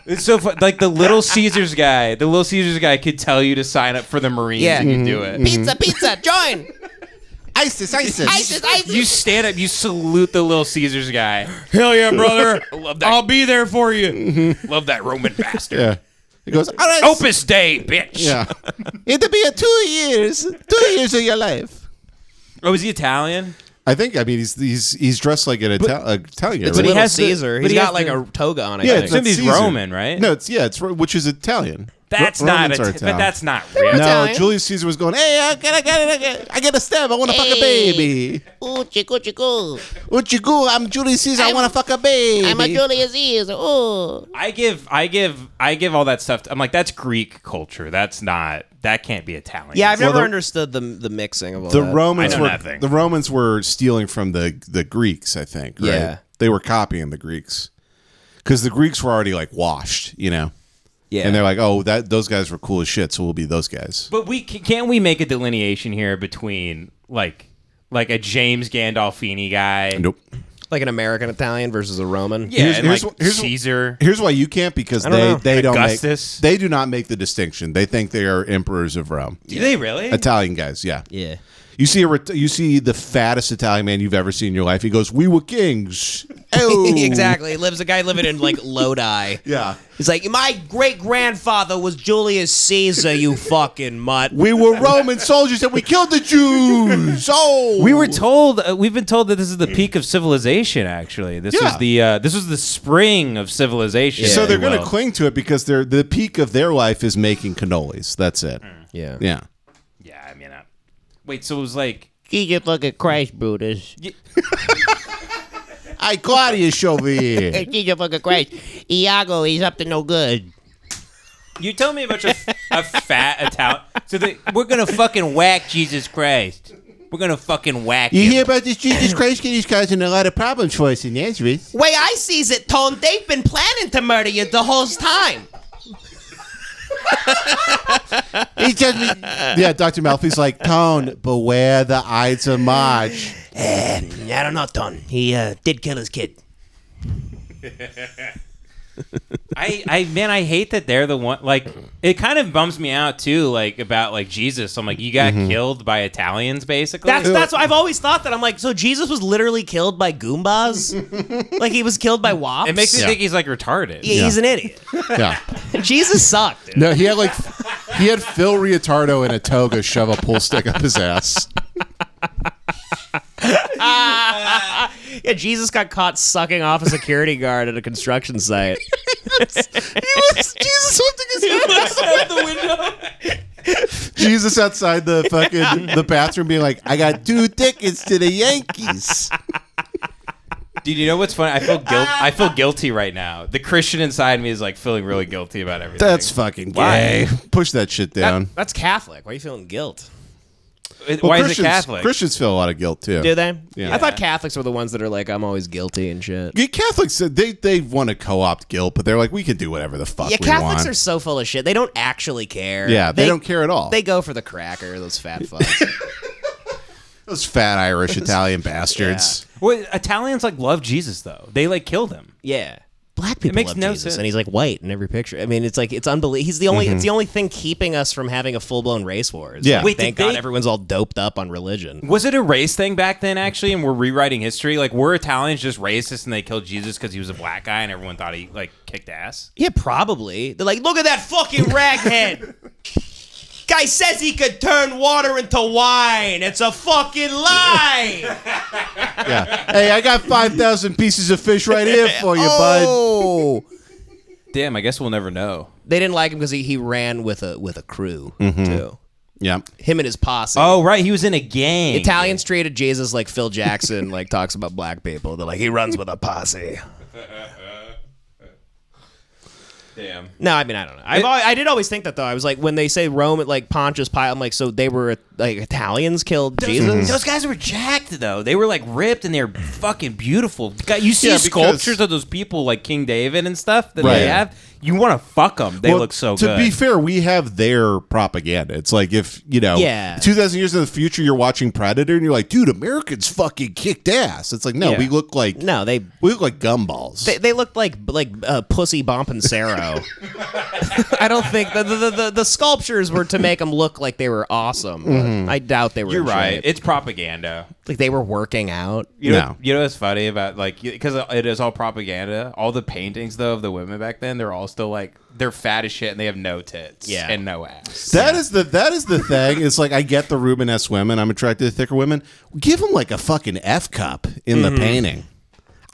It's so fun. Like the Little Caesars guy, the Little Caesars guy could tell you to sign up for the Marines Yeah. and you do it. Pizza, pizza, join! ISIS, ISIS. You stand up, you salute the Little Caesars guy. Hell yeah, brother! I love that. I'll be there for you. Love that Roman bastard. yeah, he goes. All right, Opus Day, bitch. Yeah, it'll be a two years, two years of your life. Oh, is he Italian? I think. I mean, he's he's he's dressed like an Ital- uh, Italian. It's right? he Little has the- Caesar. but He's he has got like the- a toga on. I yeah, think. it's I not assume he's Caesar. Roman, right? No, it's yeah, it's Ro- which is Italian. Ro- That's not Romans a are t- but Italian. that's not real. No, Italian. Julius Caesar was going, hey, I got, I got, I got, I got a stab. I want to fuck a baby. Ooh, chico, chico. What you go? I'm Julius Caesar. I I'm- want to fuck a baby. I'm a Julius Caesar. Ooh. I give I give I give all that stuff. To, I'm like that's Greek culture. That's not that can't be Italian. Yeah, I've Well, never the- understood the the mixing of all the that. Romans I know were nothing. the Romans were stealing from the the Greeks, I think. Right? Yeah. they were copying the Greeks because the Greeks were already like washed, you know. Yeah, And they're like, oh, that those guys were cool as shit, so we'll be those guys. But we c- can't we make a delineation here between like like a James Gandolfini guy. Nope. like an American Italian versus a Roman. Yeah, Here's- and here's like wh- here's wh- Caesar. Here's why you can't because I don't they know. they don't make, Augustus? they do not make the distinction. They think they are emperors of Rome. Do they really? Italian guys, yeah. yeah. You see a ret- you see the fattest Italian man you've ever seen in your life. He goes, "We were kings." Oh. exactly. He lives a guy living in like Lodi. Yeah. He's like, my great grandfather was Julius Caesar. You fucking mutt. We were Roman soldiers and we killed the Jews. Oh, we were told uh, we've been told that this is the peak of civilization. Actually, this Yeah. was the uh, this was the spring of civilization. so if they're you going to will. cling to it because they're the peak of their life is making cannolis. That's it. Yeah. Yeah. Yeah, I mean, uh, wait. So it was like Jesus fucking Christ, Brutus. I Claudius over here. Jesus fucking Christ. Iago, he's up to no good. you tell me about your f- a fat Italian. So they, we're gonna fucking whack Jesus Christ. We're gonna fucking whack You him. hear about this Jesus Christ kid? He's causing a lot of problems for us in Nazareth. Way I sees it, Tone, they've been planning to murder you the whole time. He tells me, yeah, Doctor Malfoy's like, Tone, beware the Ides of March. I don't know, Tone. He uh, did kill his kid. I, I man, I hate that they're the one. Like, it kind of bums me out too. Like about like Jesus. I'm like, you got Mm-hmm. killed by Italians, basically. That's that's what I've always thought that I'm like. So Jesus was literally killed by Goombas, like he was killed by wops. it makes me Yeah. think he's like retarded. Yeah, He's an idiot. Yeah. Jesus sucked. dude. No, he had like he had Phil Riotardo in a toga shove a pool stick up his ass. Yeah, Jesus got caught sucking off a security guard at a construction site. Jesus lifting his head the window. Jesus outside the fucking the bathroom being like, I got two tickets to the Yankees. Dude, you know what's funny? I feel guilt. Ah. I feel guilty right now. The Christian inside me is like feeling really guilty about everything. That's fucking gay. Push that shit down. That's Catholic. Why are you feeling guilt? It- Well, why is it Christians- Catholic? Christians feel a lot of guilt too. Do they? Yeah. I thought Catholics were the ones that are like, I'm always guilty and shit. Yeah, Catholics uh, they they want to co-opt guilt, but they're like, we can do whatever the fuck Yeah, we Catholics want. are so full of shit. They don't actually care. yeah, they, don't care at all. They go for the cracker, those fat fucks. Those fat Irish Italian bastards. Well, Italians like love Jesus though. They like killed him. yeah. Black people makes love no Jesus, sense. and he's like white in every picture. I mean, it's like it's unbelievable. He's the only. Mm-hmm. It's the only thing keeping us from having a full blown race war. It's Yeah. like, Wait, did thank God they- everyone's all doped up on religion. Was it a race thing back then, actually? And we're rewriting history. Like, were Italians just racist and they killed Jesus because he was a black guy and everyone thought he like kicked ass? Yeah, probably. They're like, look at that fucking raghead. Guy says he could turn water into wine. It's a fucking lie. Yeah. Hey, I got five thousand pieces of fish right here for you, Oh. bud. Damn, I guess we'll never know. they didn't like him because he, he ran with a with a crew too. Yeah. Him and his posse. Mm-hmm. Oh, right. He was in a gang. Italians treated Jesus like Phil Jackson, like talks about black people. They're like, he runs with a posse. Damn. No, I mean, I don't know. I've al I did always think that though. I was like, when they say Rome, like Pontius Pilate, I'm like, so they were like Italians killed Jesus. Those guys were jacked though. They were like ripped and they're fucking beautiful. God, You see Yeah, because- sculptures of those people like King David and stuff that Right. they have. You want to fuck them. They look so to good. be fair, we have their propaganda. It's like if you know, Yeah. two thousand years in the future, you're watching Predator, and you're like, dude, Americans fucking kicked ass. It's like, no, Yeah. we look like No, they we look like gumballs. They, they looked like like uh, pussy bompancero. I don't think the the, the the sculptures were to make them look like they were awesome. but I doubt they were. Mm-hmm. You're in right. shape. It's propaganda. Like they were working out. You know, No. you know what's funny about like because it is all propaganda. All the paintings though of the women back then, they're all still like they're fat as shit and they have no tits Yeah. and no ass. That is the that is the thing. It's like I get the Ruben S. women. I'm attracted to thicker women. Give them like a fucking F cup in Mm-hmm. the painting.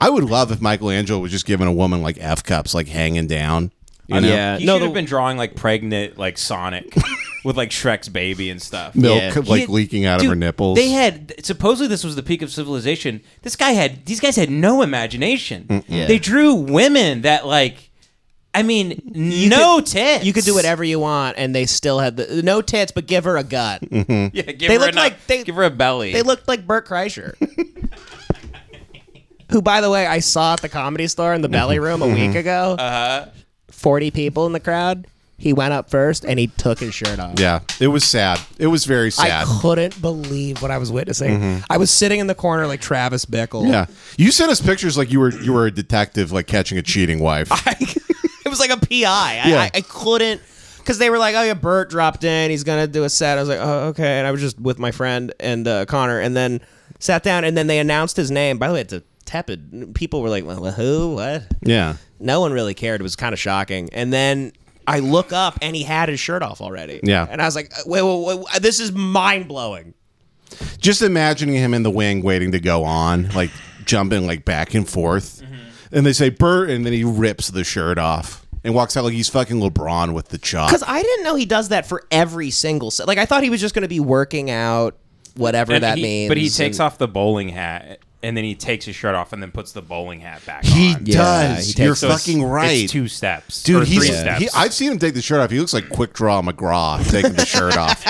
I would love if Michelangelo was just giving a woman like F cups, like hanging down. You know, Oh, Yeah. He No, should the- have been drawing like pregnant, like Sonic, with like Shrek's baby and stuff. milk Yeah. like He- leaking out of her Dude, nipples. They had supposedly this was the peak of civilization. This guy had these guys had no imagination. Yeah. They drew women that like, I mean, no tits. You could do whatever you want, and they still had the no tits, but give her a gut. Yeah, give They her look a, like- they- give her a belly. They looked like Burt Kreischer. Who, by the way, I saw at the comedy store in the belly room a week ago. Uh-huh. 40 people in the crowd. He went up first and he took his shirt off. yeah, it was sad. It was very I sad. couldn't believe what I was witnessing. I was sitting in the corner like Travis Bickle. yeah, you sent us pictures like you were you were a detective, like catching a cheating wife. it was like a PI. I, Yeah. I, I couldn't because they were like, "Oh yeah, Bert dropped in. He's gonna do a set." I was like, "Oh okay," and I was just with my friend and uh, Connor, and then sat down, and then they announced his name. By the way, it's a tepid. People were like, well, "Who? What?" yeah, No one really cared. It was kind of shocking, and then. I look up and he had his shirt off already. Yeah. and I was like, "Wait, wait, wait this is mind blowing." just imagining him in the wing waiting to go on, like jumping like back and forth. And they say Bert, and then he rips the shirt off and walks out like he's fucking LeBron with the chop. Because I didn't know he does that for every single set. Like I thought he was just going to be working out, whatever And that he- means. But he takes and- off the bowling hat and then he takes his shirt off and then puts the bowling hat back He on. Yeah, does. he takes- You're So it's- fucking right. It's two steps, Dude, or he's, three steps. he, I've seen him take the shirt off. He looks like Quick Draw McGraw taking the shirt off.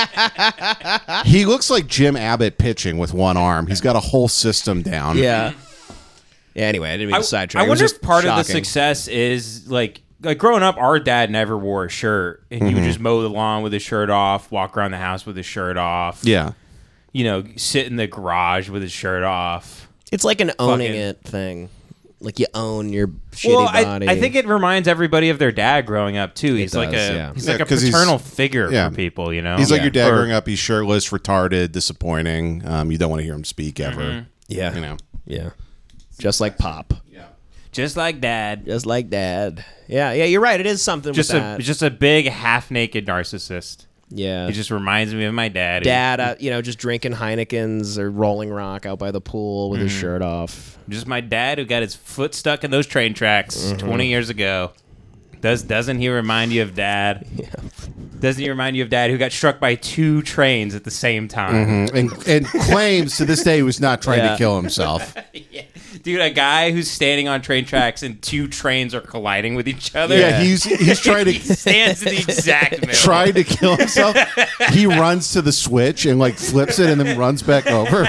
He looks like Jim Abbott pitching with one arm. He's got a whole system down. Yeah. Yeah. Anyway, I didn't mean I, to sidetrack. I wonder if part of the success is like like growing up, our dad never wore a shirt, and Mm-hmm. he would just mow the lawn with his shirt off, walk around the house with his shirt off. Yeah. you know, sit in the garage with his shirt off. It's like an owning Fucking- it thing. Like you own your shitty well, I, body. I think it reminds everybody of their dad growing up too. He's like does, a yeah. he's Yeah, like a 'cause he's- paternal figure yeah. for people. You know, He's like your dad Oh, Or- growing up. He's shirtless, retarded, disappointing. Um, you don't want to hear him speak ever. Yeah. You know. Yeah. Just like pop. just like dad. Just like dad. Yeah. Yeah. You're right. It is something just with a that. just a big half naked narcissist. yeah. He just reminds me of my dad. dad, uh, you know, just drinking Heinekens or Rolling Rock out by the pool with Mm. his shirt off. Just my dad who got his foot stuck in those train tracks Mm-hmm. 20 years ago. Does doesn't he remind you of dad? Doesn't he remind you of dad who got struck by two trains at the same time? Mm-hmm. And, and claims to this day he was not trying Yeah. to kill himself. Dude, a guy who's standing on train tracks and two trains are colliding with each other. Yeah, he's he's trying he to stands in the exact middle. tried to kill himself. He runs to the switch and like flips it and then runs back over.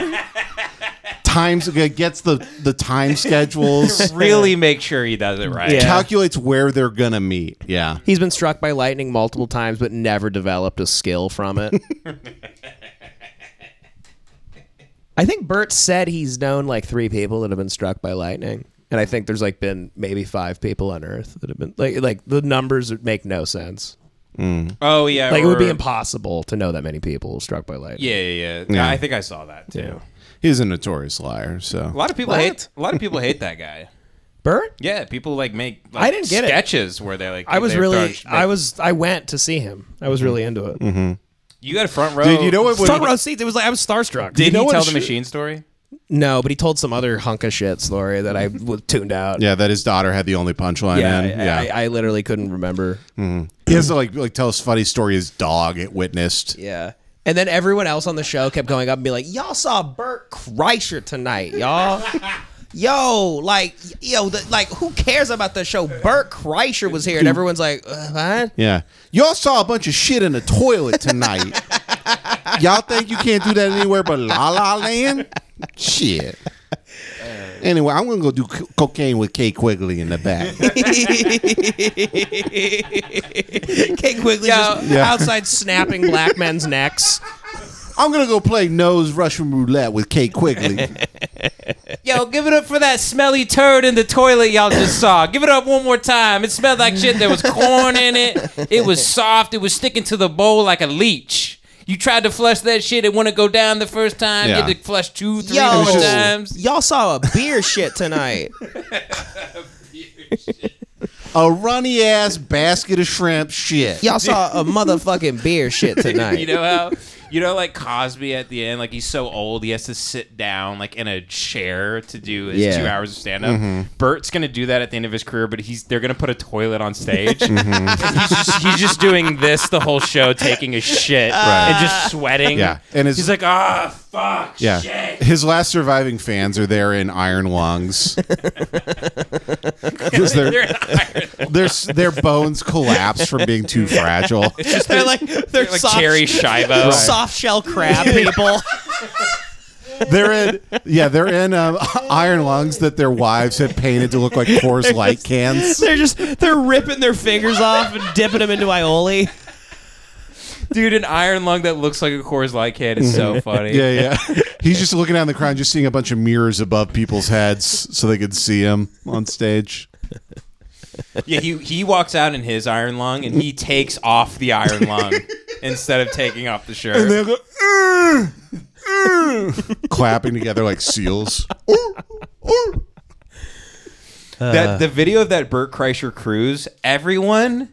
Times gets the the time schedules, really make sure he does it right. Yeah. calculates where they're gonna meet. Yeah, He's been struck by lightning multiple times, but never developed a skill from it. I think Bert said he's known like three people that have been struck by lightning, and I think there's like been maybe five people on Earth that have been like like the numbers make no sense. Oh yeah. Like it would be or- impossible to know that many people struck by lightning. Yeah, yeah, yeah. I think I saw that too. he's a notorious liar. A So lot of people What? hate. A lot of people hate that guy. Bert, Yeah, people like make. Like, I didn't get it. sketches where they like. I was they really, throw- I like- was, I went to see him. I was really into it. You got a front row. Dude, you know what would- Front row seats. It was like I was starstruck. Did you know he what tell it the should- machine story? No, but he told some other hunk of shit story that I was tuned out. yeah, that his daughter had the only punchline. Yeah, in. I, yeah. I, I literally couldn't remember. he has to like like tell us a funny story. His dog it witnessed. Yeah. And then everyone else on the show kept going up and be like, "Y'all saw Bert Kreischer tonight, y'all." Yo, like, yo, the, like, who cares about the show? Bert Kreischer was here, and everyone's like, uh, "What?" Yeah, y'all saw a bunch of shit in the toilet tonight. y'all think you can't do that anywhere but La La Land? Shit. Anyway, I'm gonna go do co- cocaine with Kay Quigley in the back. Kate Quigley just Yeah. outside snapping black men's necks. I'm gonna go play nose Russian roulette with Kay Quigley. Yo, give it up for that smelly turd in the toilet y'all just saw. Give it up one more time. It smelled like shit. There was corn in it. It was soft. It was sticking to the bowl like a leech. You tried to flush that shit. It wouldn't go down the first time. Yeah. You had to flush two, three Yo, more just- times. y'all saw a beer shit tonight. A runny ass basket of shrimp shit. Y'all saw a motherfucking beer shit tonight. You know how you know like Cosby at the end, like he's so old, he has to sit down like in a chair to do his Yeah. two hours of stand up. Bert's gonna do that at the end of his career, but he's they're gonna put a toilet on stage. he's, just, he's just doing this the whole show, taking a shit and just sweating. Yeah, and his- he's like, ah, fuck, Yeah. shit. His last surviving fans are there in iron lungs. Because They're their in Ireland. their their bones collapse from being too fragile. they're like they're, like soft, Terry Schiavo. soft shell crab people. They're in yeah, they're in um, iron lungs that their wives had painted to look like Coors Light cans. they're just they're ripping their fingers off and dipping them into aioli. Dude, an iron lung that looks like a Coors Light can is so funny. Yeah, yeah. He's just looking down the crowd, just seeing a bunch of mirrors above people's heads so they could see him on stage. Yeah, he he walks out in his iron lung and he takes off the iron lung instead of taking off the shirt. They'll go "Urgh, urgh," clapping together like seals. that the video of that Burt Kreischer cruise, everyone,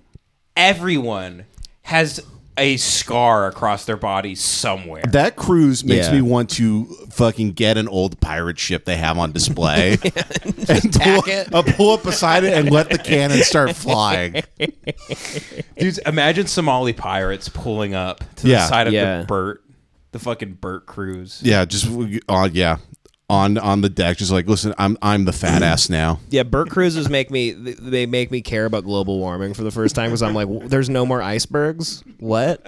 everyone has a scar across their body somewhere. That cruise makes Yeah. me want to fucking get an old pirate ship they have on display and pull, it. uh, pull up beside it and let the cannon start flying. Dude, imagine Somali pirates pulling up to Yeah. the side of Yeah. the Burt, the fucking Burt cruise. Yeah, just on yeah, on on the deck, just like listen, I'm I'm the fat ass now. Yeah, Burt cruises make me they make me care about global warming for the first time because I'm like, "W- there's no more icebergs. What?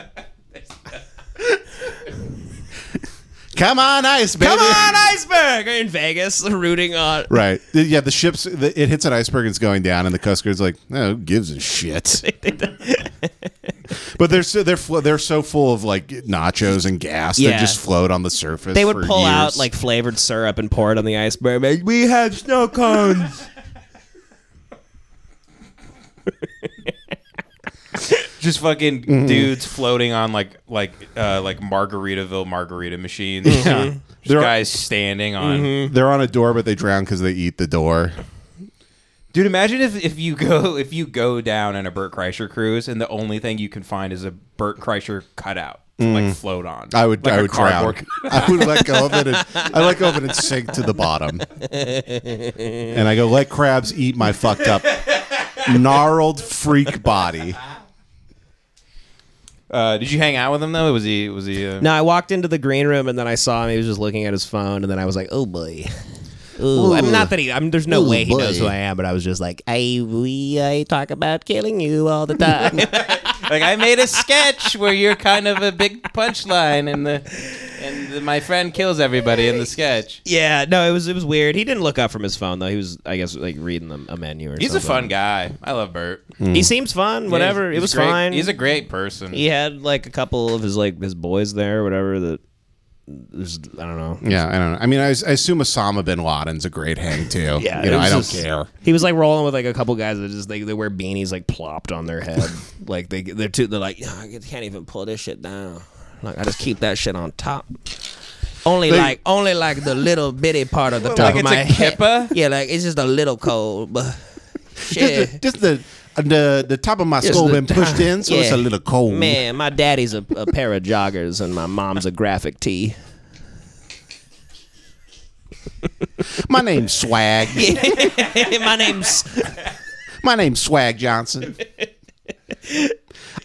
Come on, ice, baby. iceberg! We're in Vegas, rooting on. Right. Yeah, the ship's the, it hits an iceberg and it's going down, and the Coast Guard's like, "No, who gives a shit." but they're so they're flo- they're so full of like nachos and gas that Yeah. just float on the surface. They would for pull out years. like flavored syrup and pour it on the iceberg. Like, we have snow cones. Just fucking Mm-hmm. dudes floating on like like uh, like Margaritaville margarita machines. Just Mm-hmm. They're- Mm-hmm. guys standing on. they're on a door, but they drown because they eat the door. Dude, imagine if, if you go if you go down on a Burt Kreischer cruise and the only thing you can find is a Burt Kreischer cutout to like float on. Mm. I would Like I a would drown. cardboard I would let go of it. And, I let go of it and sink to the bottom. And I go, let crabs eat my fucked up, gnarled freak body. Uh, did you hang out with him though? Was he was he? Uh... No, I walked into the green room and then I saw him. He was just looking at his phone, and then I was like, "Oh boy." Ooh, I'm not that he. I'm, there's no way he knows who I am, but I was just like, I we I talk about killing you all the time. Like I made a sketch where you're kind of a big punchline and the and the, my friend kills everybody in the sketch. yeah, no, it was it was weird. He didn't look up from his phone though. He was, I guess, like reading them a menu or He's a something. fun guy. I love Burt. Mm. He seems fun. Whatever. He's- it he's was great- fine. He's a great person. he had like a couple of his like his boys there, whatever. That was, I don't know. Yeah, I don't know. I mean, I, I assume Osama bin Laden's a great hang too. Yeah, you know, it was I don't just- care. He was like rolling with like a couple guys that just they, they wear beanies like plopped on their head, like they they're too they're like "Yeah, I can't even pull this shit down. Like I just keep that shit on top. Only like only like the little bitty part of the top like of it's my a head. kippa? Yeah, like it's just a little cold, but shit. Just, the, just the the the top of my skull the been pushed in, so it's yeah. a little cold. Man, my daddy's a, a pair of joggers and my mom's a graphic tee. My name's Swag. my name's My name's Swag Johnson.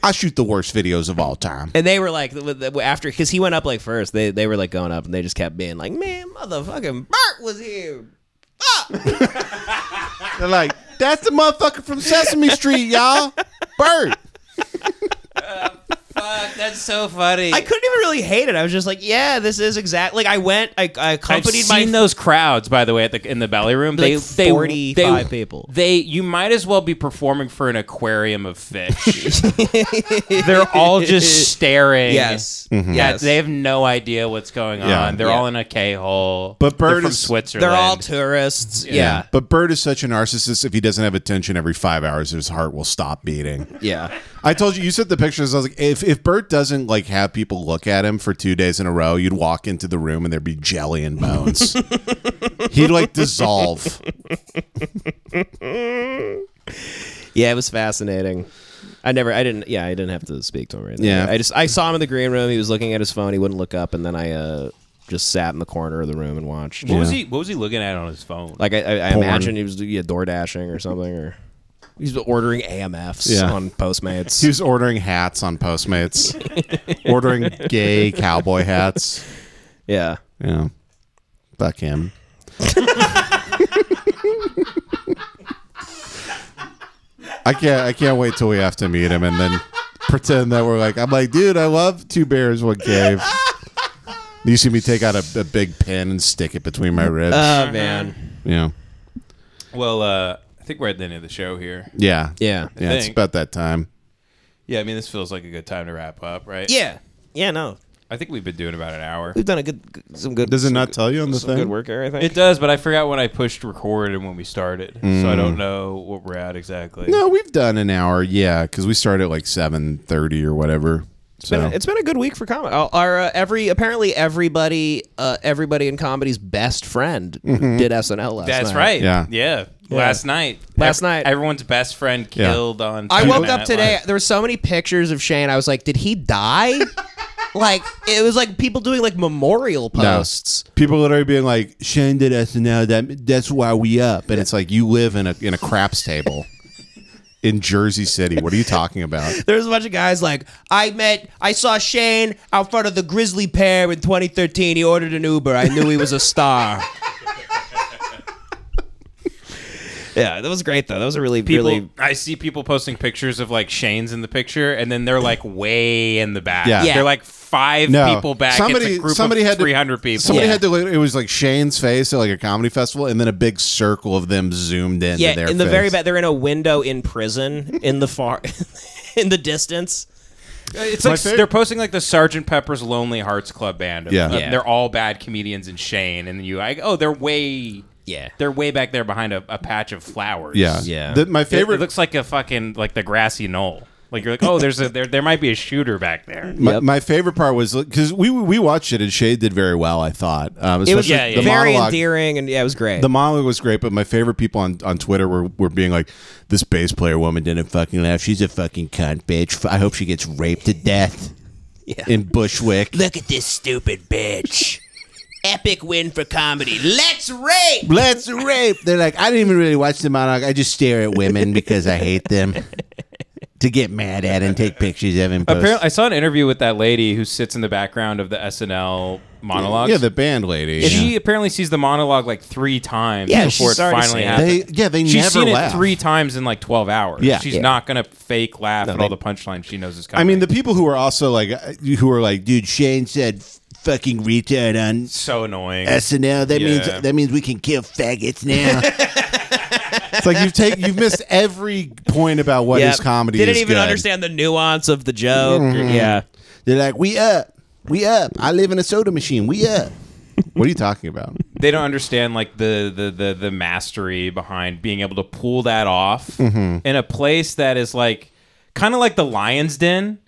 I shoot the worst videos of all time. And they were like, with the- after, because he went up like first, they, they were like going up and they just kept being like, man, motherfucking Bert was here. They're like, that's the motherfucker from Sesame Street, y'all. Bert. Fuck, that's so funny. I couldn't even really hate it. I was just like, yeah, this is exactly. Like, I went, I, I I've accompanied my. seen those crowds, by the way, at the in the belly room. Like They they 45 they- people. They you might as well be performing for an aquarium of fish. They're all just staring. Yes. Mm-hmm. Yeah, Yes. they have no idea what's going on. Yeah. They're Yeah. all in a K hole. But Bird They're from is- Switzerland. They're all tourists. Yeah. But Bert is such a narcissist. If he doesn't have attention every five hours, his heart will stop beating. Yeah. I told you you sent the pictures. I was like, if if Bert doesn't like have people look at him for two days in a row, you'd walk into the room and there'd be jelly and bones. He'd like dissolve. Yeah, it was fascinating. I never, I didn't, yeah, I didn't have to speak to him or anything. Yeah. I just, I saw him in the green room. He was looking at his phone. He wouldn't look up. And then I uh, just sat in the corner of the room and watched. What was he? What was he looking at on his phone? Like, I, I, I imagine he was yeah, door dashing or something, or he was ordering AMFs Yeah. on Postmates. He was ordering hats on Postmates, ordering gay cowboy hats. yeah. Yeah, fuck him. I can't. I can't wait till we have to meet him and then pretend that we're like. I'm like, dude, I love two bears, one cave. You see me take out a, a big pin and stick it between my ribs. Oh, man. yeah, well, uh, I think we're at the end of the show here. yeah, Yeah. yeah. It's think. about that time. Yeah, I mean, this feels like a good time to wrap up, right? Yeah. Yeah, no. I think we've been doing about an hour. We've done a good, some good, Does it some not good- tell you on the some thing? good work there, I think. It does, but I forgot when I pushed record and when we started, so Mm. I don't know what we're at exactly. No, we've done an hour. Yeah, because we started at like seven thirty or whatever. So been- it's been a good week for comedy. Our, our, uh, every apparently everybody uh, everybody in comedy's best friend Mm-hmm. did SNL last night. That's right. Yeah. yeah. Last night. Last night. Everyone's best friend Yeah. killed on. I Saturday woke up Night today. Live. There were so many pictures of Shane. I was like, did he die? like it was like people doing like memorial posts. People literally being like, Shane did SNL. That that's why we up. And it's like you live in a in a craps table in Jersey City. What are you talking about? There was a bunch of guys like I met. I saw Shane out front of the Grizzly Pair in 2013. He ordered an Uber. I knew he was a star. yeah, that was great though. That was a really People, really I see people posting pictures of like Shane's in the picture, and then they're like way in the back. Yeah. Yeah. they're like five No. people back. Somebody- it's a group somebody of had to- three hundred people. Somebody Yeah. had to. look- It was like Shane's face at like a comedy festival, and then a big circle of them zoomed in. yeah to their in the very face. back. They're in a window in prison in the far in the distance. It's like favorite- they're posting like the Sergeant Pepper's Lonely Hearts Club Band. Of, Yeah. of- Yeah. they're all bad comedians and Shane, and you like, oh, they're way, Yeah. they're way back there behind a, a patch of flowers. Yeah, Yeah. The- my It- favorite. It, looks like a fucking like the grassy knoll. Like you're like, oh, there's a there there might be a shooter back there. my, Yep. my favorite part was because we we watched it and Shade did very well. I thought um, It was especially yeah, yeah. the very monologue. endearing and yeah, it was great. The monologue was great, but my favorite people on, on Twitter were, were being like, "This bass player woman didn't fucking laugh. She's a fucking cunt, bitch. F- I hope she gets raped to death in Bushwick. Look at this stupid bitch. Epic win for comedy. Let's rape. Let's rape." They're like, "I didn't even really watch the monologue. I just stare at women because I hate them to get mad at and take pictures of and post." Apparently, I saw an interview with that lady who sits in the background of the SNL monologues. yeah, the band lady. Yeah. She apparently sees the monologue like three times Yeah, before it she's already finally seen it. happens. they yeah they She's never seen laugh. it three times in like twelve hours. Yeah. she's Yeah. not gonna fake laugh at all the punchlines she knows is coming. I mean, the people who are also like, uh, who are like, "Dude, Shane said." Fucking retard on so annoying. SNL. That Yeah. means that means we can kill faggots now. it's like you've taken you've missed every point about what Yeah. his comedy Didn't is even good. Mm-hmm. understand the nuance of the joke. Yeah. They're like, we up, we up. I live in a soda machine. We up. what are you talking about? they don't understand like the the the, the mastery behind being able to pull that off Mm-hmm. in a place that is like kind of like the lion's den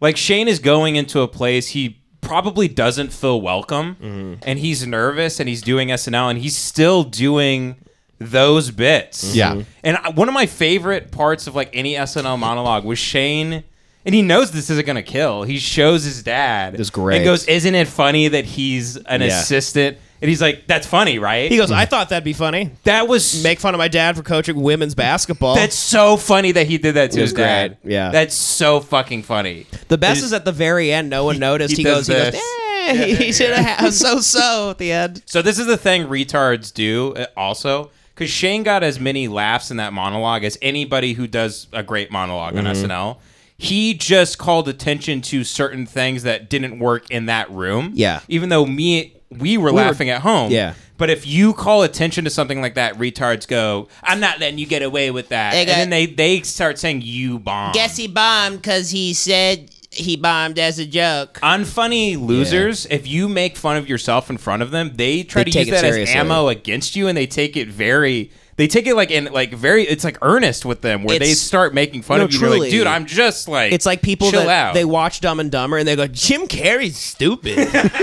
like shane is going into a place he probably doesn't feel welcome and he's nervous and he's doing snl and he's still doing those bits Mm-hmm. Yeah. Mhm. and I, one of my favorite parts of like any snl monologue was shane and he knows this isn't gonna kill. He shows his dad. It's great. And goes, isn't it funny that he's an Yeah. assistant? And he's like, that's funny, right? He goes, Mm-hmm. I thought that'd be funny. that was Make fun of my dad for coaching women's basketball. that's so funny that he did that to his great. dad. Yeah. that's so fucking funny. the best is at the very end. No one noticed. He, he goes, does he goes, this. eh, he, he should have had so so at the end. So this is the thing retards do uh, also because Shane got as many laughs in that monologue as anybody who does a great monologue on SNL. He just called attention to certain things that didn't work in that room. Yeah. even though me we were laughing at home. Yeah. But if you call attention to something like that, retards go, "I'm not letting you get away with that," They and go- then they they start saying, "You bomb." Guess he bombed because he said he bombed as a joke. unfunny losers, if you make fun of yourself in front of them, they try They to take use it that seriously. as ammo against you, and they take it very. They they take it like in like very it's like earnest with them where they It's- start making fun no, of you. You're like, truly. dude, I'm just like It's like people chill that out. they watch Dumb and Dumber and they go, Jim Carrey's stupid.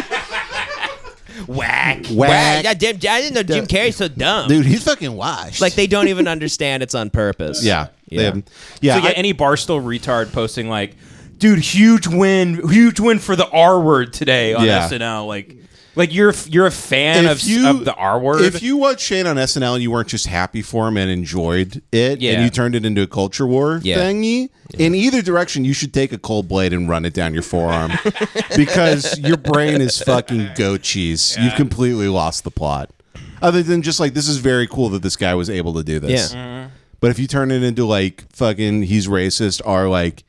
whack. wow, Whack. yeah, Jim, I didn't know Jim Carrey's so dumb. Dude, he's fucking washed. Like they don't even understand it's on purpose. Yeah. They Yeah. haven't- yeah. So yeah, I- any Barstool retard posting like, dude, huge win, huge win for the R word today on Yeah. SNL. Like, like you're you're a fan of, of the R word. If you watched Shane on SNL and you weren't just happy for him and enjoyed it, Yeah. and you turned it into a culture war Yeah. thingy, in either direction, you should take a cold blade and run it down your forearm because your brain is fucking goat cheese. You've completely lost the plot. Other than just like, this is very cool that this guy was able to do this. But if you turn it into like fucking he's racist or like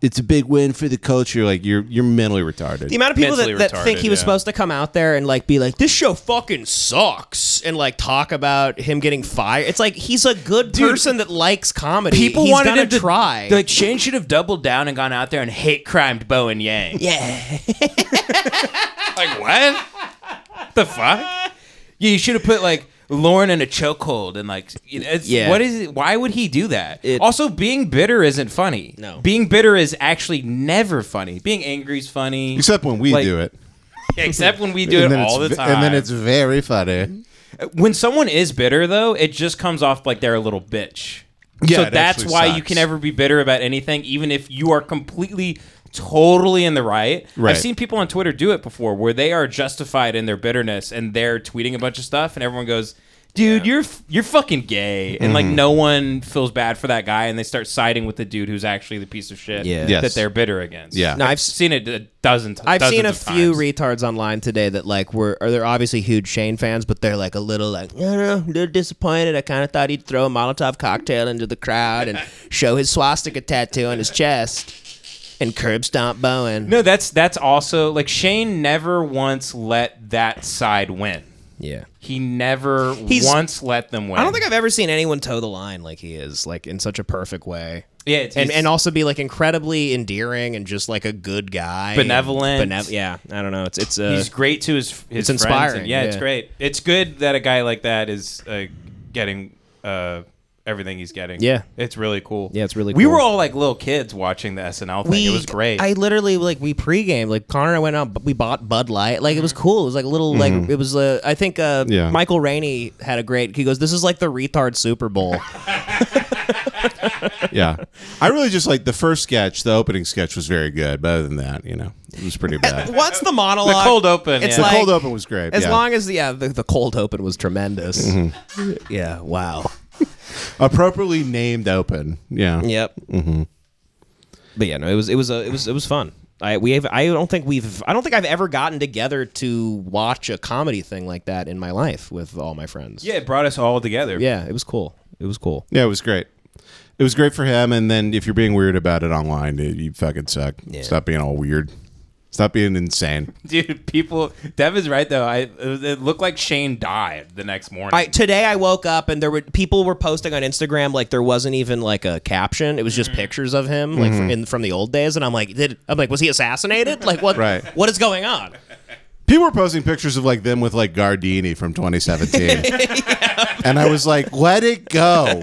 it's a big win for the culture, like you're you're mentally retarded. The amount of people that, Mentally that think retarded, he was yeah. supposed to come out there and like be like, this show fucking sucks, and like talk about him getting fired. It's like he's a good person that likes comedy. people he's wanted gonna him to try. Like Shane should have doubled down and gone out there and hate crimed Bo and Yang. Yeah. like what? The fuck? Yeah, you should have put like Lauren in a chokehold and like you know, it's, Yeah. what is it? Why would he do that? It- also, being bitter isn't funny. No. being bitter is actually never funny. Being angry is funny, Except when we Like- do it. except when we do it then all the it's ve- time. And then it's very funny. when someone is bitter though, it just comes off like they're a little bitch. Yeah, so it that's actually why you sucks. can never be bitter about anything, even if you are completely, totally in the right. Right. I've seen people on Twitter do it before, where they are justified in their bitterness and they're tweeting a bunch of stuff, and everyone goes, "Dude, you're f- you're fucking gay," and Mm-hmm. like no one feels bad for that guy, and they start siding with the dude who's actually the piece of shit Yeah. Yes. that they're bitter against. Yeah. No, I've I've- seen it a dozen times. I've seen a few retards online today that like were are they're obviously huge Shane fans, but they're like a little like you know, a little disappointed. I kind of thought he'd throw a Molotov cocktail into the crowd and show his swastika tattoo on his chest and curb stomp Bowen. No, that's that's also like Shane never once let that side win. Yeah. He never He's- once let them win. I don't think I've ever seen anyone toe the line like he is, like in such a perfect way. Yeah, it's, And it's- and also be like incredibly endearing and just like a good guy, Benevolent. Benev- yeah, I don't know. It's it's uh, he's great to his his friends and- inspiring, yeah, it's yeah. great. It's good that a guy like that is uh, getting uh, everything he's getting. Yeah. it's really cool. Yeah, it's really We cool. were all like little kids watching the SNL thing. we, it was great. I literally like we pregame like Connor and I went out, but we bought Bud Light. Like it was cool. It was like a little like it was. Uh, I think uh, Mm-hmm. Yeah. Michael Rainey had a great. He goes, "This is like the retard Super Bowl." yeah. I really just like the first sketch, the opening sketch was very good, but other than that, you know, it was pretty bad. What's the monologue? the cold open. It's yeah. the like- cold open was great. As yeah. long as yeah, the, the cold open was tremendous. Mm-hmm. Yeah. Wow. appropriately named open. Yeah. Yep. Mm-hmm. But yeah, no, it was it was a it was it was fun. I we have, I don't think we've I don't think I've ever gotten together to watch a comedy thing like that in my life with all my friends. yeah, it brought us all together. Yeah, it was cool. It was cool. Yeah, it was great. It was great for him and then if you're being weird about it online, dude, you fucking suck. Stop being all weird. Stop being insane. dude. People, Dev is right though. I it, it looked like Shane died the next morning. I today I woke up and there were people were posting on Instagram like there wasn't even like a caption. It was just pictures of him like from, in, from the old days and I'm like did I'm like was he assassinated? Like what Right. what is going on? People were posting pictures of like them with like Gardini from 2017. And I was like, "Let it go.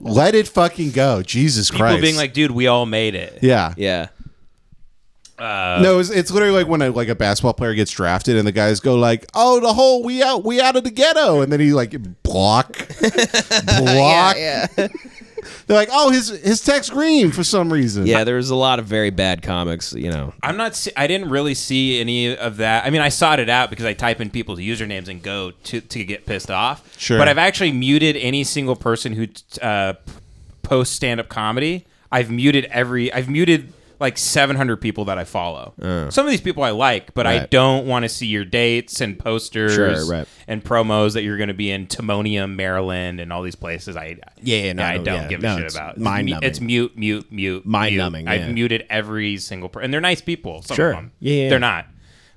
Let it fucking go. Jesus people Christ." being like, dude, we all made it. yeah. Yeah. No, it's, it's literally like when a, like a basketball player gets drafted and the guys go like, "Oh, the whole we out, we out of the ghetto," and then he like block, block. They're like, "Oh, his his text green for some reason." there was a lot of very bad comics, you know. I'm not. se- I didn't really see any of that. I mean, I sought it out because I type in people's usernames and go to to get pissed off. Sure. But I've actually muted any single person who uh, p- posts stand up comedy. I've muted every. I've muted like 700 people that I follow. Some of these people I like, but I Oh. Right. don't want to see your dates and posters Sure, right. and promos that you're going to be in Timonium, Maryland, and all these places. I Yeah, yeah, no, I no, don't yeah. give a No, shit it's about. mind It's mu- It's mute, mute, mute. Mind mute. numbing, I've yeah. muted every single person, and they're nice people. Some Sure. of them. Yeah, yeah. they're not.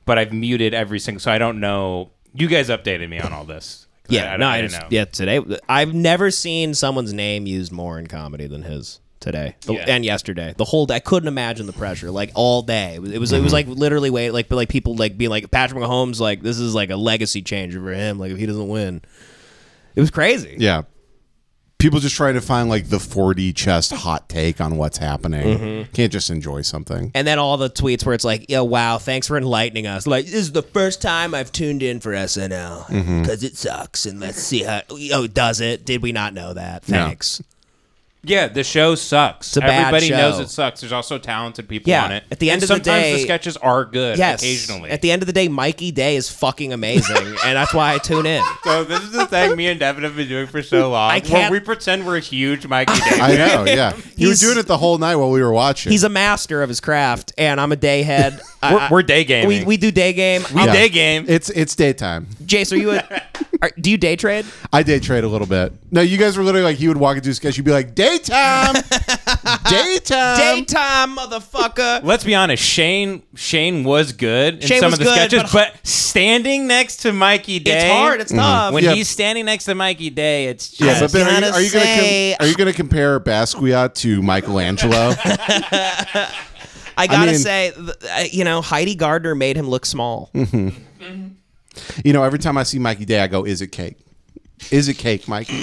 But I've muted every single. So I don't know. You guys updated me on all this. 'Cause Yeah, I, I, no, I, I, didn't just, know. yeah. Today, I've never seen someone's name used more in comedy than his today The- Yeah. and yesterday. The whole day, I couldn't imagine the pressure. Like all day, it was it was, it was Mm-hmm. like literally wait, like but, like people like being like Patrick Mahomes, like this is like a legacy changer for him. Like if he doesn't win, It was crazy. Yeah. People just trying to find like the 4D chest hot take on what's happening. Can't just enjoy something. And then all the tweets where it's like, "Yeah, wow, thanks for enlightening us." Like, Like this is the first time I've tuned in for SNL Mm-hmm. because it sucks, and let's see how. oh, does it? Did we not know that? Thanks. Yeah, the show sucks. a bad Everybody show. knows it sucks. There's also talented people Yeah, on it. at the end And of the sometimes day- the sketches are good. Yes. occasionally. At the end of the day, Mikey Day is fucking amazing, and that's why I tune in. so this is the thing me and Devin have been doing for so long. I where can't- we pretend we're huge Mikey Day. I know, yeah. you were He's- doing it the whole night while we were watching. He's a master of his craft, and I'm a day head. I- we're, I- we're day gaming. we, we do day game. We I'm- Yeah. day game. it's it's daytime. Jace, are you a? Are, do you day trade? I day trade a little bit. No, you guys were literally like he would walk into a sketch, you'd be like, Daytime Um, Daytime Daytime, motherfucker. Let's be honest, Shane Shane was good in Shane some was of the good, sketches, but- but, standing next to Mikey Day, It's hard. It's tough. when Mm-hmm. Yeah. he's standing next to Mikey Day, it's just Yeah, but Ben, are you, gotta are you gonna com- say- are you gonna compare Basquiat to Michelangelo? I gotta mean- say, th- uh, you know, Heidi Gardner made him look small. Hmm. you know, every time I see Mikey Day, I go, "Is it cake? Is it cake, Mikey?"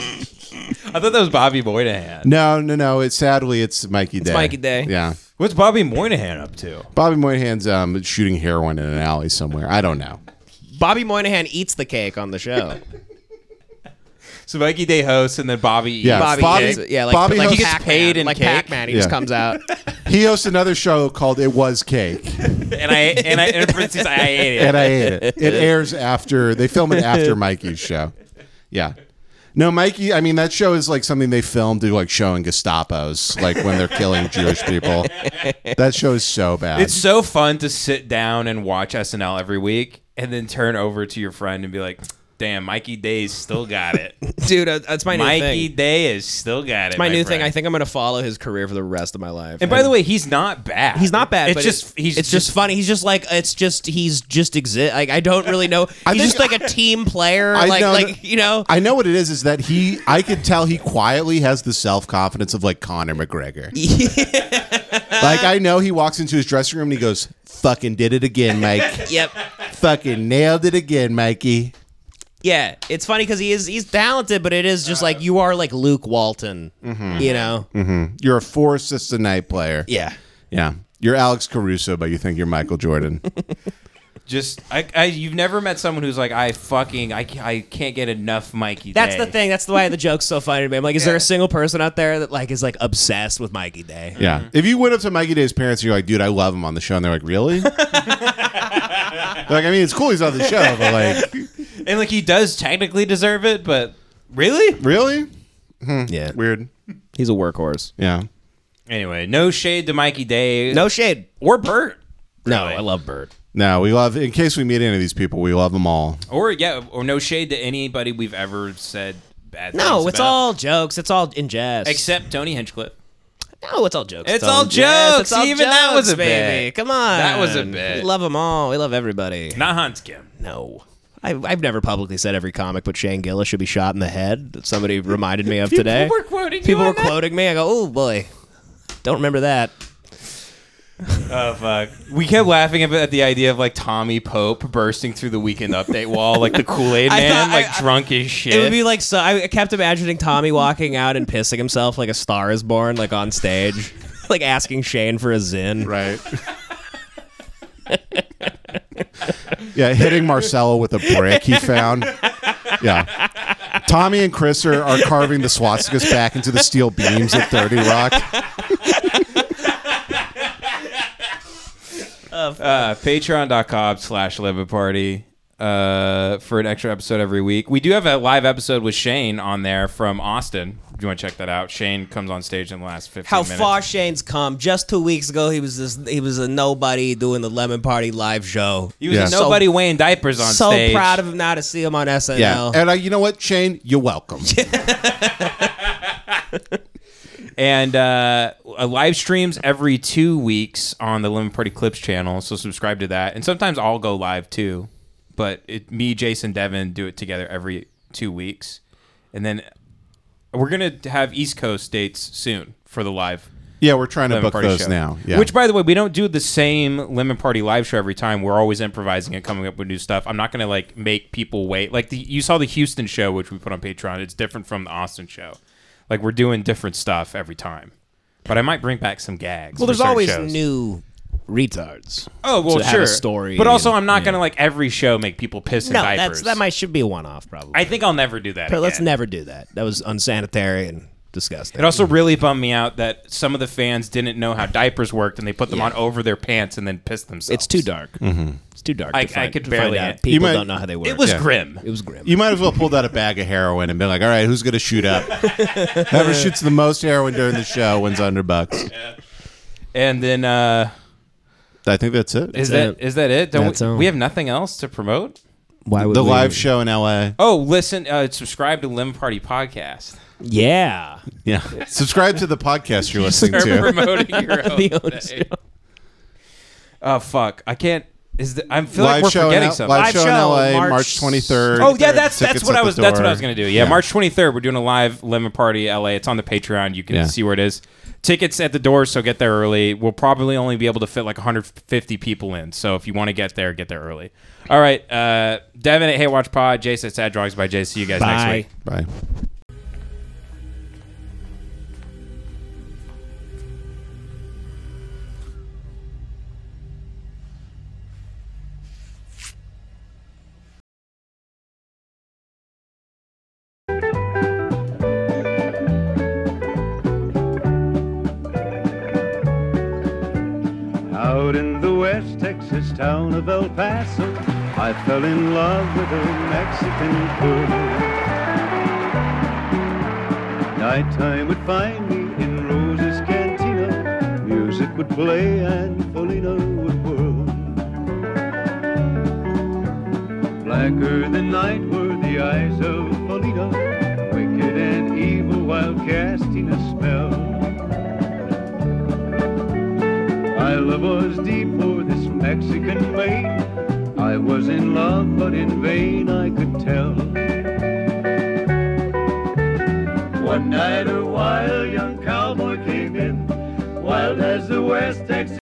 I thought that was Bobby Moynihan. No, no, no. It's sadly it's Mikey Day. Mikey Day. Yeah, What's Bobby Moynihan up to? Bobby Moynihan's um, shooting heroin in an alley somewhere. I don't know. Bobby Moynihan eats the cake on the show. So Mikey Day hosts, and then Bobby. E Yeah. eats. Bobby, Bobby- eats it. yeah, like, Bobby like hosts- He gets paid in like cake. Pac-Man. He just Yeah. comes out. He hosts another show called "It Was Cake," and I and I and parentheses, I ate it. and I ate it. It airs after they film it after Mikey's show. Yeah. No, Mikey. I mean, that show is like something they filmed to like showing Gestapo's, like when they're killing Jewish people. That show is so bad. It's so fun to sit down and watch SNL every week, and then turn over to your friend and be like, "Damn, Mikey Day's still got it. Dude, uh, that's my new thing. Mikey Day is still got it. my, new friend. thing. I think I'm gonna follow his career for the rest of my life. And by the way, he's not bad. he's not bad. It's but just it- he's it's just, funny. He's just like it's just he's just exist. Like I don't really know. He's think- just like a team player. I like know like that- you know. I know what it is. Is that he? I could tell he quietly has the self confidence of like Conor McGregor. like I know he walks into his dressing room and he goes, "Fucking did it again, Mike. yep. Fucking nailed it again, Mikey." Yeah. It's funny because he is he's talented, but it is just like you are like Luke Walton. You know. You're a four assists a night player. Yeah. yeah. You're Alex Caruso, but you think you're Michael Jordan. just I, I you've never met someone who's like I fucking I can't, I can't get enough Mikey. That's Day. the thing. That's the why the joke's so funny to me. I'm like, is there a single person out there that like is like obsessed with Mikey Day? yeah. If you went up to Mikey Day's parents and you're like, "Dude, I love him on the show," and they're like, "Really?" They're like, I mean, it's cool he's on the show, but like, And like he does technically deserve it, but really? really Yeah. weird. He's a workhorse. Yeah. Anyway, no shade to Mikey Day. No shade. or Bert. No, Really. I love Bird. No, we love. In case we meet any of these people, we love them all. Or yeah, or no shade to anybody we've ever said bad. No, things it's about. all jokes. It's all in jest. except Tony Hinchcliffe. no, Oh, it's all jokes. It's all jest. jokes. Even that was a baby. bit. Come on, That was a bit. We love them all. We love everybody. Not Hanskin. No. I, I've never publicly said every comic, but Shane Gillis should be shot in the head. that Somebody reminded me of today. People were quoting you People on were that? quoting me. I go, oh boy, don't remember that. Oh fuck! We kept laughing at- at the idea of like Tommy Pope bursting through the Weekend Update wall, like the Kool Aid I Man, thought- like I- drunk as shit. It would be like so. I kept imagining Tommy walking out and pissing himself like a Star is Born, like on stage, like asking Shane for a zin. Right. yeah, hitting Marcelo with a brick he found. Yeah. Tommy and Chris are, are carving the swastikas back into the steel beams at 30 Rock. uh, patreon.com slash live party uh, for an extra episode every week. We do have a live episode with Shane on there from Austin. If you want to check that out, Shane comes on stage in the last 15 How minutes. far Shane's come. Just two weeks ago, he was this, he was a nobody doing the Lemon Party live show. He was Yeah. a nobody So- weighing diapers on so stage. proud of him now to see him on SNL. Yeah. And uh, you know what, Shane? You're welcome. And uh, uh, live streams every two weeks on the Lemon Party Clips channel. So subscribe to that. And sometimes I'll go live too. But it, me, Jason, Devin do it together every two weeks. And then we're going to have East Coast dates soon for the live Yeah, we're trying to Lemon book Party those show. now. Yeah. Which, by the way, we don't do the same Lemon Party live show every time. We're always improvising and coming up with new stuff. I'm not going to like make people wait. Like the, you saw the Houston show, which we put on Patreon. It's different from the Austin show. Like we're doing different stuff every time. But I might bring back some gags. Well, for there's certain always shows. new retards. Oh well, to have sure. a story but also, and- I'm not going to like every show make people piss in No, diapers. that's that might should be a one-off probably. I think I'll never do that. But let's again. never do that. That was unsanitary and disgusting. It also really bummed me out that some of the fans didn't know how diapers worked and they put them on over their pants and then pissed themselves. it's too dark. It's too dark. I- to find- I could to barely- find out. You People might- don't know how they work. It was grim. It was grim. you might as well pull out a bag of heroin and be like, all right, who's going to shoot up? Whoever shoots the most heroin during the show wins 100 bucks. And then uh, I think that's it. is that it. is that it? Don't That's we, all. we have nothing else to promote? Why would the we- live show in LA. Oh, listen, uh, subscribe to Lemon Party Podcast. Yeah. Yeah. Subscribe to the podcast you're listening Start to. promoting your own, The own thing. show. Oh fuck, I can't. Is the, I feel like Live we're show, in, forgetting L- something. live show in show, LA, March, March- 23rd. Oh yeah, that's that's Tickets what at I the was that's what I was door. gonna do. Yeah, March 23rd, we're doing a live Lemon Party LA. It's on the Patreon. You can Yeah. see where it is. Tickets at the door, so get there early. We'll probably only be able to fit like 150 people in. So if you want to get there, get there early. All right, uh, Devin at Hey Watch Pod, Jason at Sad Drawings by Jay. See you guys next Bye. week. Bye. Out in the West Texas town of El Paso, I fell in love with a Mexican girl. Nighttime would find me in Rose's Cantina. Music would play and Polina would whirl. Blacker than night were the eyes of Polina, wicked and evil while casting a spell. My love was deep for this Mexican maid. I was in love, but in vain I could tell. One night a wild young cowboy came in, wild as the West Texas.